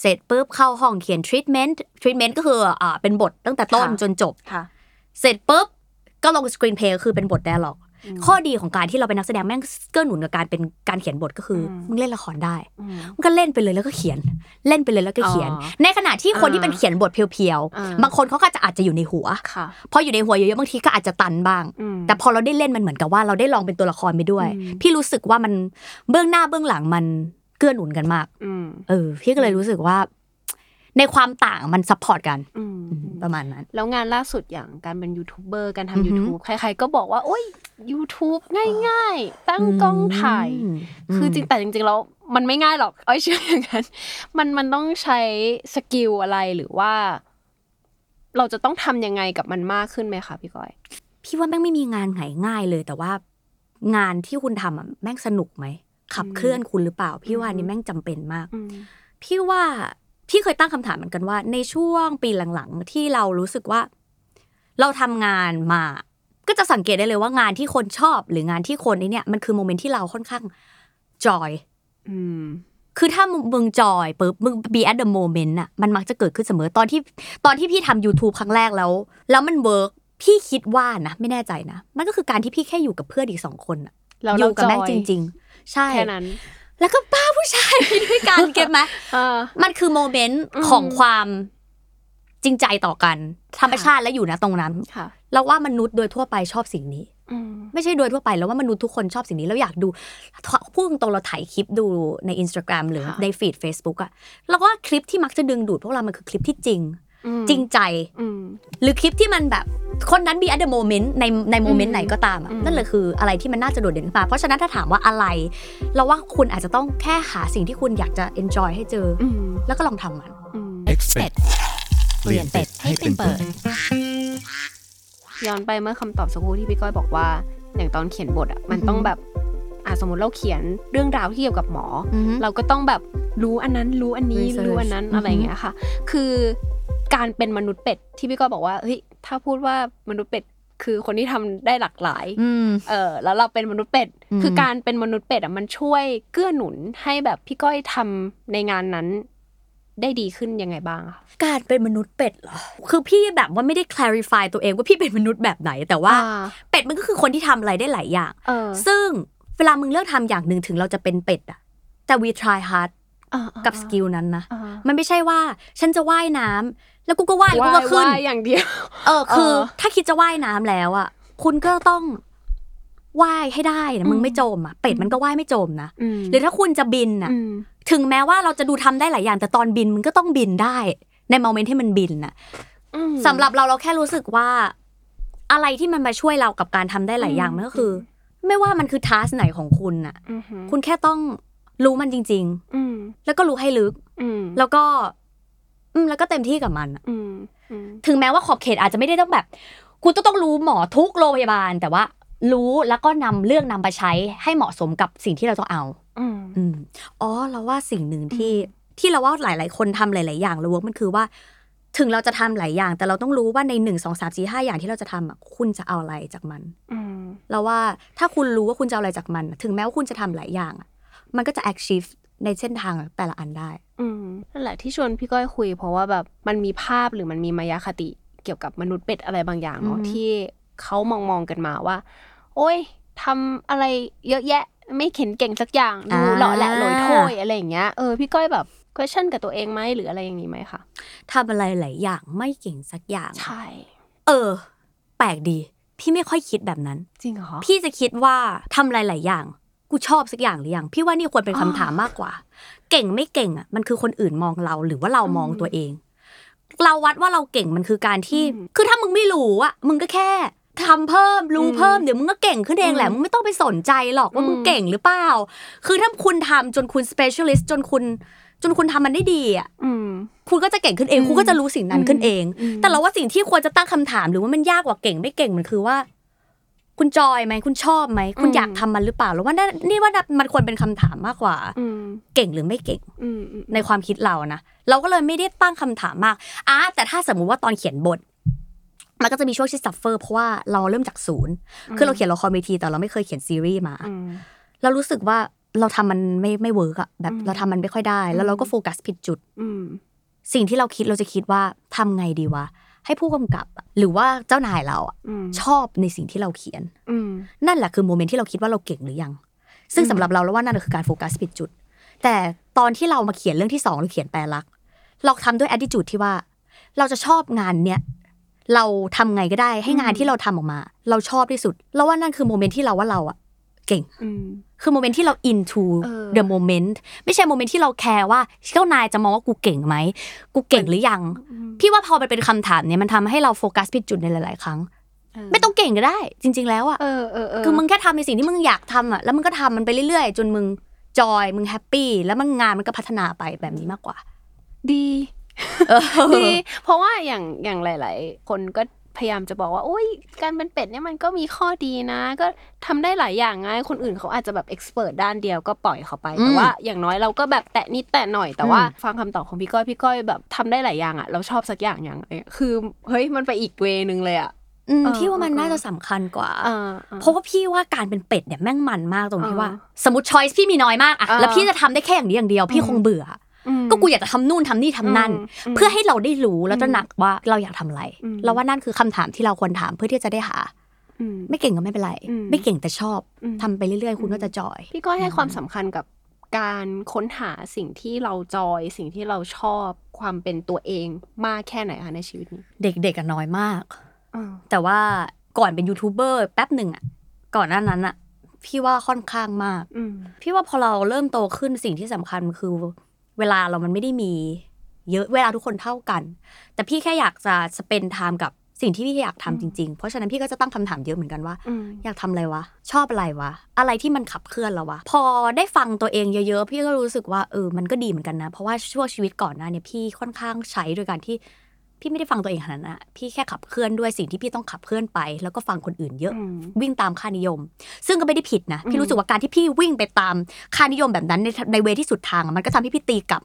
C: เสร็จปุ๊บเข้าห้องเขียนทรีทเมนต์ทรีทเมนต์ก็คืออ่าเป็นบทตั้งแต่ต้น
D: ค่ะ
C: จนจบ
D: ค่ะ
C: เสร็จปุ๊บ ก็ลงสกรีนเพลย์คือเป็นบท d ด a l ล็อก
D: อืม
C: ข้อดีของการที่เราเป็นนักแสดงแม่งเกื้อหนุนกับการเป็นการเขียนบทก็คืออ
D: ม
C: มึงเล่นละครได้
D: อืม
C: มันก็เล่นไปเลยแล้วก็เขียน เล่นไปเลยแล้วก็เขียน
D: อ๋อ
C: ในขณะที่คน
D: อ่า
C: ที่เป็นเขียนบทเพียว
D: อ่า
C: บางคนเขาก็จะอาจจะอยู่ในหัว
D: ค่ะ
C: พออยู่ในหัวเยอะๆบางทีก็อาจจะตันบ้าง
D: อืม
C: แต่พอเราได้เล่นมันเหมือนกับว่าเราได้ลองเป็นตัวละครไปด้วย
D: อืม
C: พี่รู้สึกว่ามันเบื้องหน้าเบื้องหลังมันเกื้อหนุนกันมาก
D: อืม
C: เออ พี่ก็เลยรู้สึกว่า ในความต่างมันซัพพอร์ตกัน
D: อืม
C: อืมประมาณนั้น
D: แล้วงานล่าสุดอย่างการเป็นยูทูบเบอร์การ
C: อือ
D: ทำ
C: หือ
D: YouTube ใครๆก็บอกว่า โอ้ย YouTube ง่ายๆ ตั้งกล้องถ่าย
C: ม
D: คือจริง
C: ม
D: แต่จริงๆแล้วมันไม่ง่ายหรอกอ้อยเชื่ออย่างนั้น มันมันต้องใช้สกิลอะไรหรือว่า เราจะต้องทำยังไงกับมันมากขึ้นไหมคะพี่ก้อย
C: พี่ว่าแม่งไม่มีงานไหนง่ายเลย แต่ว่างานที่คุณทำอะแม่งสนุกไหม ขับเคลื่อนคุณหรือเปล่า พี่ว่าอันนี่แม่งจำเป็นมาก พี่ว่าพี่เคยตั้งคำถามเหมือนกันว่า ในช่วงปีหลังๆ ที่เรารู้สึกว่า เราทำงานมา ก็จะสังเกตได้เลยว่างานที่คนชอบหรืองานที่คนนี้เนี่ยมันคือโมเมนต์ที่เราค่อนข้างจอย
D: อืม
C: คือถ้ามึงมึงจอยปุ๊บมึง be at the moment น่ะมันมักจะเกิดขึ้นเสมอตอนที่ตอนที่พี่ทำ YouTube ครั้งแรกแล้ว แล้วมันเวิร์กพี่คิดว่านะ ไม่แน่ใจนะ มันก็คือการที่พี่แค่อยู่กับเพื่อนอีกสองคนน่ะ
D: แล้ว
C: อ
D: เรา
C: ยู่กับแม่ง
D: จอย
C: จริง ๆ ใช่
D: แค่นั้น
C: แล้วก็ป้าผู้ชายไปด้วยกัน เก็บไหม
D: เออ
C: มันคือโมเมนต์
D: อืม
C: ของความจริงใจต่อกันธรรม
D: ค่ะ
C: ชาติและอยู่นะตรงนั้น
D: ค่ะ
C: เราว่ามนุษย์โดยทั่วไปชอบสิ่งนี้
D: อืม
C: ไม่ใช่โดยทั่วไปแล้วว่ามนุษย์ทุกคนชอบสิ่งนี้แล้วอยากดูพูดตรงๆเราถ่ายคลิปดูใน Instagram หรือ
D: ค่ะ
C: ในฟีด Facebook อะเราว่าคลิปที่มักจะดึงดูดพวกเรามันคือคลิปที่จริง
D: อืม
C: จริงใจ
D: อืม
C: หรือคลิปที่มันแบบคนนั้น be at the moment ในในโมเมน
D: อื
C: ต์
D: ม
C: ไหนก็ตามอะ
D: อืม
C: นั่นแหละคืออะไรที่มันน่าจะโดดเด่นขึ้นมาเพราะฉะนั้นถ้าถามว่าอะไร เราว่าคุณอาจจะต้องแค่หาสิ่งที่คุณอยากจะ enjoy ให้เจออ
D: อืม
C: แล้วก็ลองทำมัน
D: อืม
B: Expect เปลี่ยนเป็ดให้เป็นเปิด
D: ย้อนไปเมื่อคำตอบสักครู่ที่พี่ก้อยบอกว่า อย่างตอนเขียนบทอ่ะมันต้องแบบอ่ะสมมติเราเขียนเรื่องราวที่เกี่ยวกับหมออ
C: อฮึ
D: เราก็ต้องแบบรู้อันนั้นรู้อันนี้
C: Research
D: รู้อันนั้น
C: อือฮึ
D: อะไรอย่างเงี้ยค่ะ คือการเป็นมนุษย์เป็ดที่พี่ก้อยบอกว่าเฮ้ยถ้าพูดว่ามนุษย์เป็ดคือคนที่ทำได้หลากหลาย
C: อืม
D: เออแล้วเราเป็นมนุษย์เป็ด
C: อืม
D: คือการเป็นมนุษย์เป็ดอ่ะมันช่วยเกื้อหนุนให้แบบพี่ก้อยทำในงานนั้นได้ดีขึ้นยังไงบ้างอะคะ
C: การเป็นมนุษย์เป็ดเหรอ คือพี่แบบว่าไม่ได้ clarify ตัวเองว่าพี่เป็นมนุษย์แบบไหน แต่ว่า
D: อ่
C: เป็ดมันก็คือคนที่ทำอะไรได้หลายอย่าง
D: เออ
C: ซึ่งเวลามึงเลือกทำอย่างหนึ่งถึงเราจะเป็นเป็ดอะแต่ we try hard
D: อ่า
C: กับสกิลนั้นนะ
D: อ่า
C: มันไม่ใช่ว่าฉันจะว่ายน้ำแล้วกูก็ว่ายแล้วกู
D: ว่า
C: ก็ขึ้น
D: ว่าอย่างเดียว
C: เออคือ
D: เออ
C: ถ้าคิดจะว่ายน้ำแล้วอะคุณก็ต้องว่ายให้ได้นะมึง
D: อืม
C: ไม่จมอะเป็ดมันก็ว่ายไม่จมนะ
D: ม
C: หรือถ้าคุณจะบินอะ
D: อืม
C: ถึงแม้ว่าเราจะดูทำได้หลายอย่าง แต่ตอนบินมันก็ต้องบินได้ ในโมเมนต์ที่มันบินน่ะ
D: อืม
C: สำหรับเราเราแค่รู้สึกว่า อะไรที่มันมาช่วยเรากับการทำได้หลายอย่าง
D: อืม
C: มันก็คือ ไม่ว่ามันคือทัสไหนของคุณน่ะ
D: อือหือ
C: คุณแค่ต้องรู้มันจริง
D: อืม
C: ๆ แล้วก็รู้ให้ลึก
D: อืม
C: แล้วก็ อืมแล้วก็เต็มที่กับมันน่ะ
D: อืมอืม
C: ถึงแม้ว่าขอบเขตอาจจะไม่ได้ต้องแบบ คุณต้องต้องรู้หมอทุกโรงพยาบาล แต่ว่า รู้แล้วก็นำเรื่องนำไปใช้ให้เหมาะสมกับสิ่งที่เราต้องเอา
D: อืม
C: อืมอ๋อเราว่าสิ่งหนึ่งที่ ที่เราว่าหลาย ๆ คนทำหลาย ๆ อย่างเลยเวิร์กมันคือว่า ถึงเราจะทำหลายอย่าง แต่เราต้องรู้ว่าในหนึ่งสองสามสี่ห้าอย่างที่เราจะทำอ่ะคุณจะเอาอะไรจากมัน
D: อืม
C: เราว่าถ้าคุณรู้ว่าคุณจะเอาอะไรจากมัน ถึงแม้ว่าคุณจะทำหลายอย่างอะมันก็จะ achieve ในเส้นทางแต่ละอันได้
D: อืมนั่นแหละที่ชวนพี่ก้อยคุย เพราะว่าแบบมันมีภาพหรือมันมีมายาคติเกี่ยวกับมนุษย์เป็ดอะไรบางอย่างเนาะ
C: อือฮึ
D: ที่เขามองมองๆกันมาว่า โอ้ยทำอะไรเยอะแยะไม่เข็นเก่งสักอย่างดูเหล่อแหละโหลอยโถ้ยอะไรอย่างเงี้ยเออพี่ก้อยแบบ question กับตัวเองไหมหรืออะไรอย่างนี้ไหมคะ
C: ทำอะไรหลายอย่างไม่เก่งสักอย่าง
D: ใช่
C: เออ แปลกดี พี่ไม่ค่อยคิดแบบนั้น
D: จริงเหรอ
C: พี่จะคิดว่าทำหลาย ๆ อย่าง กูชอบสักอย่างหรือยัง พี่ว่านี่ควรเป็น
D: อ๋อ
C: คำถามมากกว่า เก่งไม่เก่งอ่ะ มันคือคนอื่นมองเราหรือว่าเรามอง
D: อืม
C: ตัวเอง เราวัดว่าเราเก่งมันคือการที่
D: อืม
C: คือถ้ามึงไม่รู้อ่ะ มึงก็แค่ทำเพิ่มรู้
D: อืม
C: เพิ่มเดี๋ยวมึงก็เก่งขึ้นเองแหละ
D: อืม
C: มึงไม่ต้องไปสนใจหรอกว่ามึง
D: อืม
C: เก่งหรือเปล่า คือถ้าคุณทำจนคุณ specialist จนคุณ จนคุณทำมันได้ดีอ่ะ
D: อืม
C: คุณก็จะเก่งขึ้นเอง
D: อืม
C: คุณก็จะรู้สิ่งนั้นขึ้นเอง
D: อืม
C: แต่เราว่าสิ่งที่ควรจะตั้งคำถามหรือว่ามันยากกว่าเก่งไม่เก่งมันคือว่า คุณจอยไหมคุณชอบไหมคุณอยากทำมันหรือเปล่าแล้วว่านั่นนี่ว่ามันควรเป็นคำถามมากกว่า
D: อืม
C: เก่งหรือไม่เก่ง
D: อืมอืม
C: ในความคิดเรานะเราก็เลยไม่ได้ตั้งคำถามมากอ่ะแต่ถ้าสมมุติว่าตอนเขียนบท มันก็จะมีช่วงที่ซัฟเฟอร์เพราะว่าเราเริ่มจากศูนย์คือเราเขียนละครเวทีแต่เราไม่เคยเขียนซีรีส์มา
D: อืม
C: เรารู้สึกว่าเราทำมันไม่ไม่เวิร์กอะแบบ
D: อืม
C: เราทำมันไม่ค่อยได้ แล้วเราก็
D: อืม
C: โฟกัสผิดจุด
D: อืม
C: สิ่งที่เราคิดเราจะคิดว่าทำไงดีวะ ให้ผู้กำกับอะหรือว่าเจ้านายเราอะ
D: อืม
C: ชอบในสิ่งที่เราเขียน
D: อืม
C: นั่นแหละคือโมเมนต์ที่เราคิดว่าเราเก่งหรือยัง ซึ่ง
D: อืม
C: สำหรับเราแล้วว่านั่นคือการโฟกัสผิดจุด แต่ตอนที่เรามาเขียนเรื่องที่สองหรือเขียนแปลลักษณ์เราทำด้วย attitude ที่ว่า เราจะชอบงานเนี้ยเราทำไงก็ได้ให้งานที่เราทำออกมา เราชอบที่สุด แล้วว่านั่นคือโมเมนต์ที่เราว่าเราอะเก่ง
D: อืม
C: คือโมเมนต์ที่เรา into
D: เออ
C: the moment ไม่ใช่โมเมนต์ที่เราแคร์ว่าเจ้านายจะมองว่ากูเก่งไหม กูเก่งหรือยัง พี่ว่าพอมันเป็นคำถามเนี่ยมันทำให้เราโฟกัสผิดจุดในหลาย ๆ ครั้ง
D: เ
C: ไม่ต้องเก่งก็ได้ จริง ๆ แล้วอะ
D: เออเออเออ
C: คือมึงแค่ทำในสิ่งที่มึงอยากทำอะแล้วมึงก็ทำมันไปเรื่อย ๆ จนมึงจอยมึงแฮปปี้แล้วมันงานมันก็พัฒนาไปแบบนี้มากกว่า
D: ดีดี เพราะว่าอย่างอย่างหลาย ๆ คนก็พยายามจะบอกว่าโอ้ยการเป็นเป็ดเนี่ยมันก็มีข้อดีนะ ก็ทำได้หลายอย่างไงคนอื่นเขาอาจจะแบบเอ็กซ์เพรสด้านเดียวก็ปล่อยเขาไป
C: อืม
D: แต่ว่าอย่างน้อยเราก็แบบแตะนิดแตะหน่อยแต่ว่า
C: อืม
D: ฟังคำตอบของพี่ก้อยพี่ก้อยแบบทำได้หลายอย่างอ่ะเราชอบสักอย่างอย่างเงี้ยคือเฮ้ยมันไปอีกเวนึงเลยอ่ะ
C: อืม
D: เออ
C: พี่ว่ามัน
D: เออ
C: น่าจะสำคัญกว่า
D: อ่าอ่า
C: เพราะว่าพี่ว่าการเป็นเป็ดเนี่ยแม่งมันมากตรงที่
D: อ่า
C: ว่า สมมติช้อยส์พี่มีน้อยมากอะ
D: อ่า
C: แล้วพี่จะทำได้แค่อย่างนี้อย่างเดียว พี่
D: อืม
C: คงเบื่อ
D: อืม
C: ก็กูอยากจะทำนู่นทำนี่ทำนั่น
D: ม
C: เพื่อให้เราได้รู้แล้วตระหนักว่าเราอยากทำอะไร
D: อืม
C: เราว่านั่นคือคำถามที่เราควรถามเพื่อที่จะได้หา
D: อืม
C: ไม่เก่งก็ไม่เป็นไร
D: อืม
C: ไม่เก่งแต่ชอบ
D: อืม
C: ทำไปเรื่อยๆ คุณก็จะจอย
D: พี่ก้อยให้ความสำคัญกับการค้นหาสิ่งที่เราจอย สิ่งที่เราชอบความเป็นตัวเองมากแค่ไหนคะในชีวิตนี้
C: เด็กๆอะน้อยมาก แต่ว่าก่อนเป็นยูทูบเบอร์แป๊บหนึ่งอะก่อนหน้านั้นอะพี่ว่าค่อนข้างมาก
D: อืม
C: พี่ว่าพอเราเริ่มโตขึ้นสิ่งที่สำคัญคือ เวลาเรามันไม่ได้มี เยอะเวลาทุกคนเท่ากัน แต่พี่แค่อยากจะสเปนไทม์กับสิ่งที่พี่อยากทำ
D: อืม
C: จริงๆ เพราะฉะนั้นพี่ก็จะตั้งคำถามเยอะเหมือนกันว่า
D: อืม
C: อยากทำอะไรวะ ชอบอะไรวะ อะไรที่มันขับเคลื่อนเราวะ พอได้ฟังตัวเองเยอะๆ พี่ก็รู้สึกว่าเออ มันก็ดีเหมือนกันนะ เพราะว่าช่วงชีวิตก่อนหน้าเนี่ยพี่ค่อนข้างใช้โดยการที่ พี่ไม่ได้ฟังตัวเองขนาดนั้นอะพี่แค่ขับเคลื่อนด้วยสิ่งที่พี่ต้องขับเคลื่อนไป แล้วก็ฟังคนอื่นเยอะ
D: อืม
C: วิ่งตามค่านิยม ซึ่งก็ไม่ได้ผิดนะ
D: อื
C: พี่
D: ม
C: รู้สึกว่าการที่พี่วิ่งไปตามค่านิยมแบบนั้นในในเวที่สุดทางอะมันก็ทำให้พี่ตีกลับ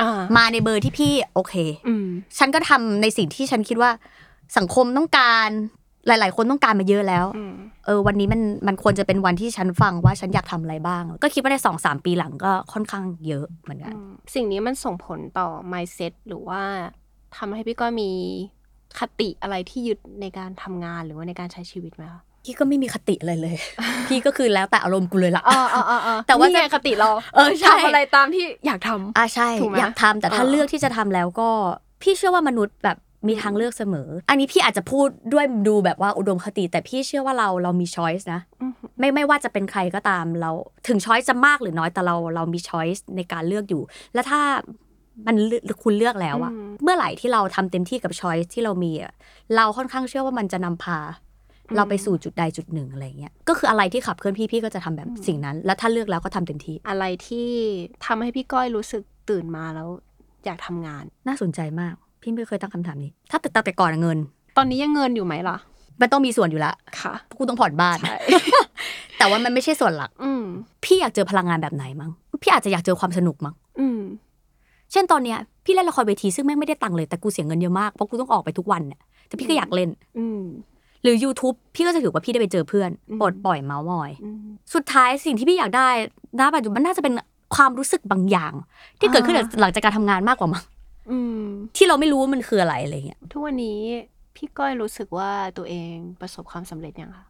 D: อ่า
C: มาในเบอร์ที่พี่โอเค
D: อืม
C: ฉันก็ทำในสิ่งที่ฉันคิดว่าสังคมต้องการหลาย ๆ คนต้องการมาเยอะแล้ว
D: อืม
C: เออวันนี้มันมันควรจะเป็นวันที่ฉันฟังว่าฉันอยากทำอะไรบ้าง ก็คิดว่าในสองสามปีหลังก็ค่อนข้างเยอะเหมือนกัน
D: สิ่งนี้มันส่งผลต่อ mindset หรือว่าทำให้พี่ก้อยมีคติอะไรที่ยึดในการทำงานหรือว่าในการใช้ชีวิตไหมคะ
C: พี่ก็ไม่มีคติอะไรเลย พี่ก็คือแล้วแต่อารมณ์กูเลย
D: อ่า
C: ละ่ะ
D: อ่าอ่า อ่า
C: แต่ว่าจะ
D: นี่ไงคติเรา
C: เออใช่
D: ทำอะไรตามที่อยากทำ
C: อ่าใช่
D: ถูกไหม
C: อยากทำแต่ถ้า
D: เออ
C: เลือกที่จะทำแล้วก็ พี่เชื่อว่ามนุษย์แบบมีทางเลือกเสมอ อันนี้พี่อาจจะพูดด้วยดูแบบว่าอุดมคติ แต่พี่เชื่อว่าเราเรามีช้อยส์นะ
D: อืม
C: ไม่ไม่ว่าจะเป็นใครก็ตามเราถึงช้อยจะมากหรือน้อยแต่เราเรามีช้อยในการเลือกอยู่ และถ้ามันเลือกคุณเลือกแล้วอะ
D: อืม
C: เมื่อไหร่ที่เราทำเต็มที่กับช้อยที่เรามีอะเราค่อนข้างเชื่อว่ามันจะนำพา
D: อืม
C: เราไปสู่จุดใดจุดหนึ่งอะไรเงี้ยก็คืออะไรที่ขับเคลื่อนพี่พี่ก็จะทำแบบสิ่งนั้น แล้วถ้าเลือกแล้วก็ทำเต็มที่
D: อะไรที่ทำให้พี่ก้อยรู้สึกตื่นมาแล้วอยากทำงาน
C: น่าสนใจมาก พี่ไม่เคยตั้งคำถามนี้ ถ้าแต่แต่ก่อนอะเงิน
D: ตอนนี้ยังเงินอยู่ไหมล่ะ
C: มันต้องมีส่วนอยู่ละ
D: ค่ะ
C: เพราะกูต้องผ่อนบ้าน
D: ใช่
C: แต่ว่ามันไม่ใช่ส่วนหลัก
D: อืม
C: พี่อยากเจอพลังงานแบบไหนมั้งพี่อาจจะอยากเจอความสนุกมั้ง
D: อืม
C: เช่นตอนเนี้ยพี่เล่นละครเวทีซึ่งแม่งไม่ได้ตังค์เลยแต่กูเสียเงินเยอะมากเพราะกูต้องออกไปทุกวันน่ะแต่พี่ก็อยากเล่น
D: อืม
C: หรือ YouTube พี่ก็จะถือว่าพี่ได้ไปเจอเพื่อน
D: อืม
C: ปลดปล่อยเมาส์มอย
D: อืม
C: สุดท้ายสิ่งที่พี่อยากได้ณปัจจุบันน่าจะเป็นความรู้สึกบางอย่าง ที่เกิดขึ้น
D: อ่า
C: หลังจากการทำงานมากกว่ามั้ง
D: อืม
C: ที่เราไม่รู้ว่ามันคืออะไรอะไรเงี้ย
D: ทุกวันนี้พี่ก้อยรู้สึกว่าตัวเองประสบความสำเร็จยังคะ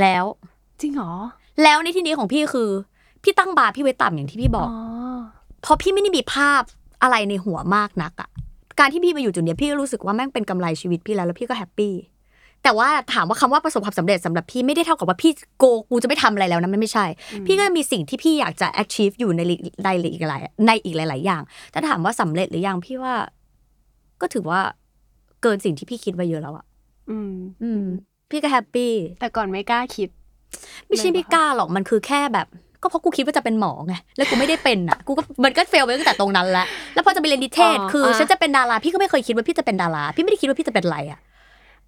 C: แล้ว
D: จริงเหรอ
C: แล้วในที่นี้ของพี่คือ พี่ตั้งบาร์พี่ไว้ต่ำอย่างที่พี่บอก เพราะพี่ไม่ได้มีภาพอะไรในหัวมากนักอะการที่พี่มาอยู่จุดเนี้ยพี่ก็รู้สึกว่าแม่งเป็นกำไรชีวิตพี่แล้วแล้วพี่ก็แฮปปี้ แต่ว่าถามว่าคำว่าประสบความสำเร็จสำหรับพี่ไม่ได้เท่ากับว่าพี่โกกูจะไม่ทำอะไรแล้วนะมันไม่ใช่ พี่ก็มีสิ่งที่พี่อยากจะ achieve อยู่ในหลีกในหลีกหลายในอีกหลาย ๆ อย่าง แต่ถามว่าสำเร็จหรือยังพี่ว่า ก็ถือว่าเกินสิ่งที่พี่คิดไว้เยอะแล้วอะ
D: อืม
C: อืม พี่ก็แฮปปี้
D: แต่ก่อนไม่กล้าคิด
C: ไม่ใช่
D: เลยเหรอ
C: ไม่กล้าหรอก มันคือแค่แบบ ก็เพราะกูคิดว่าจะเป็นหมอไง แล้วกูไม่ได้เป็นอ่ะ กูก็มันก็เฟลไปตั้งแต่ตรงนั้นแล้ว แล้วพอจะไปเรียนนิเทศ
D: อ๋อ
C: คือ
D: อ่ะ
C: ฉันจะเป็นดารา พี่ก็ไม่เคยคิดว่าพี่จะเป็นดารา พี่ไม่ได้คิดว่าพี่จะเป็นอะไรอ่ะ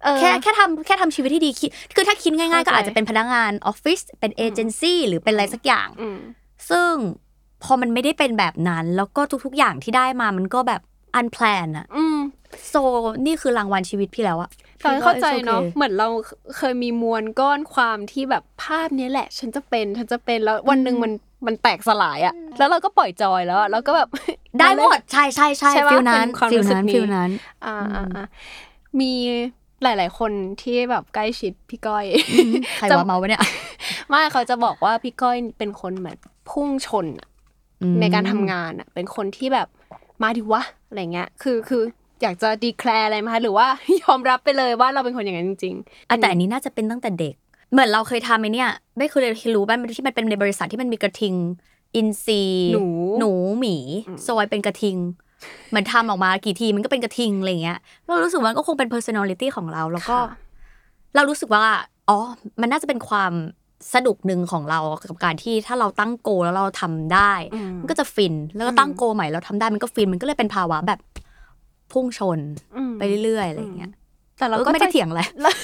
D: เออ
C: แค่แค่ทำแค่ทำชีวิตที่ดีคิดคือถ้าคิดง่ายๆ ก็
D: เข้าใจ
C: อาจจะเป็นพนักงานออฟฟิศ เป็นเอเจนซี่หรือเป็นอะไรสักอย่าง
D: อืม
C: ซึ่งพอมันไม่ได้เป็นแบบนั้น แล้วก็ทุกๆ อย่างที่ได้มา มันก็แบบอันแพลนอะ
D: อืม
C: โซนี่คือรางวัลชีวิตพี่แล้วอะ
D: ตอนเข้าใจเนาะ
C: พี่ก็ it's okay
D: เหมือนเราเคยมีมวลก้อนความที่แบบภาพเนี้ยแหละ ฉันจะเป็นฉันจะเป็นแล้ววันหนึ่งมันมันแตกสลายอะแล้วเราก็ปล่อยจอยแล้วอะแล้วก็แบบ
C: ได้หมด ใช่ใช่ใช่
D: ใช่ปะ
C: ฟิลนั้น
D: เป็นความ
C: ฟิ
D: รู้
C: ล
D: สึก
C: นั้น
D: นี้
C: ฟิลนั้น
D: อ่า
C: อืม
D: อ่ามีหลาย ๆ คนที่แบบใกล้ชิดพี่ก้อย
C: ใคร
D: จะ
C: ว่าเมาวะเนี่ย
D: ไม่เขาจะบอกว่าพี่ก้อยเป็นคนเหมือนพุ่งชนอะ
C: อืม
D: ในการทำงานอะเป็นคนที่แบบมาดิวะอะไรเงี้ยคือคืออยากจะดีแคลร์อะไรไหมคะหรือว่า ยอมรับไปเลยว่าเราเป็นคนอย่างนั้นจริง
C: อ่ะแต่อันนี้น่าจะเป็นตั้งแต่เด็ก เหมือนเราเคยทำไอ้เนี่ยไม่เคยรู้บ้างที่มันเป็นในบริษัทที่มันมีกระทิง อินซี
D: หนู
C: หนูหมี
D: อืม
C: ซอยเป็นกระทิง มันทำออกมากี่ทีมันก็เป็นกระทิงอะไรเงี้ย เรารู้สึกว่ามันก็คงเป็น personality ของเรา
D: ๆ
C: แล้วก็ เรารู้สึกว่า อ๋อ มันน่าจะเป็นความสนุกหนึ่งของเรากับการที่ถ้าเราตั้งโกแล้วเราทำได้
D: อืม
C: มันก็จะฟิน แล้วก็ตั้งโกใหม่เราทำได้มันก็ฟิน มันก็เลยเป็นภาวะแบบพุ่งชน
D: อืม
C: ไปเรื่อยๆอะไรเงี้ย
D: แต่เรา
C: เรา
D: ก็
C: ก็ไม่ได้
D: ใจ
C: เถียงอะไร
D: เรา
C: ไ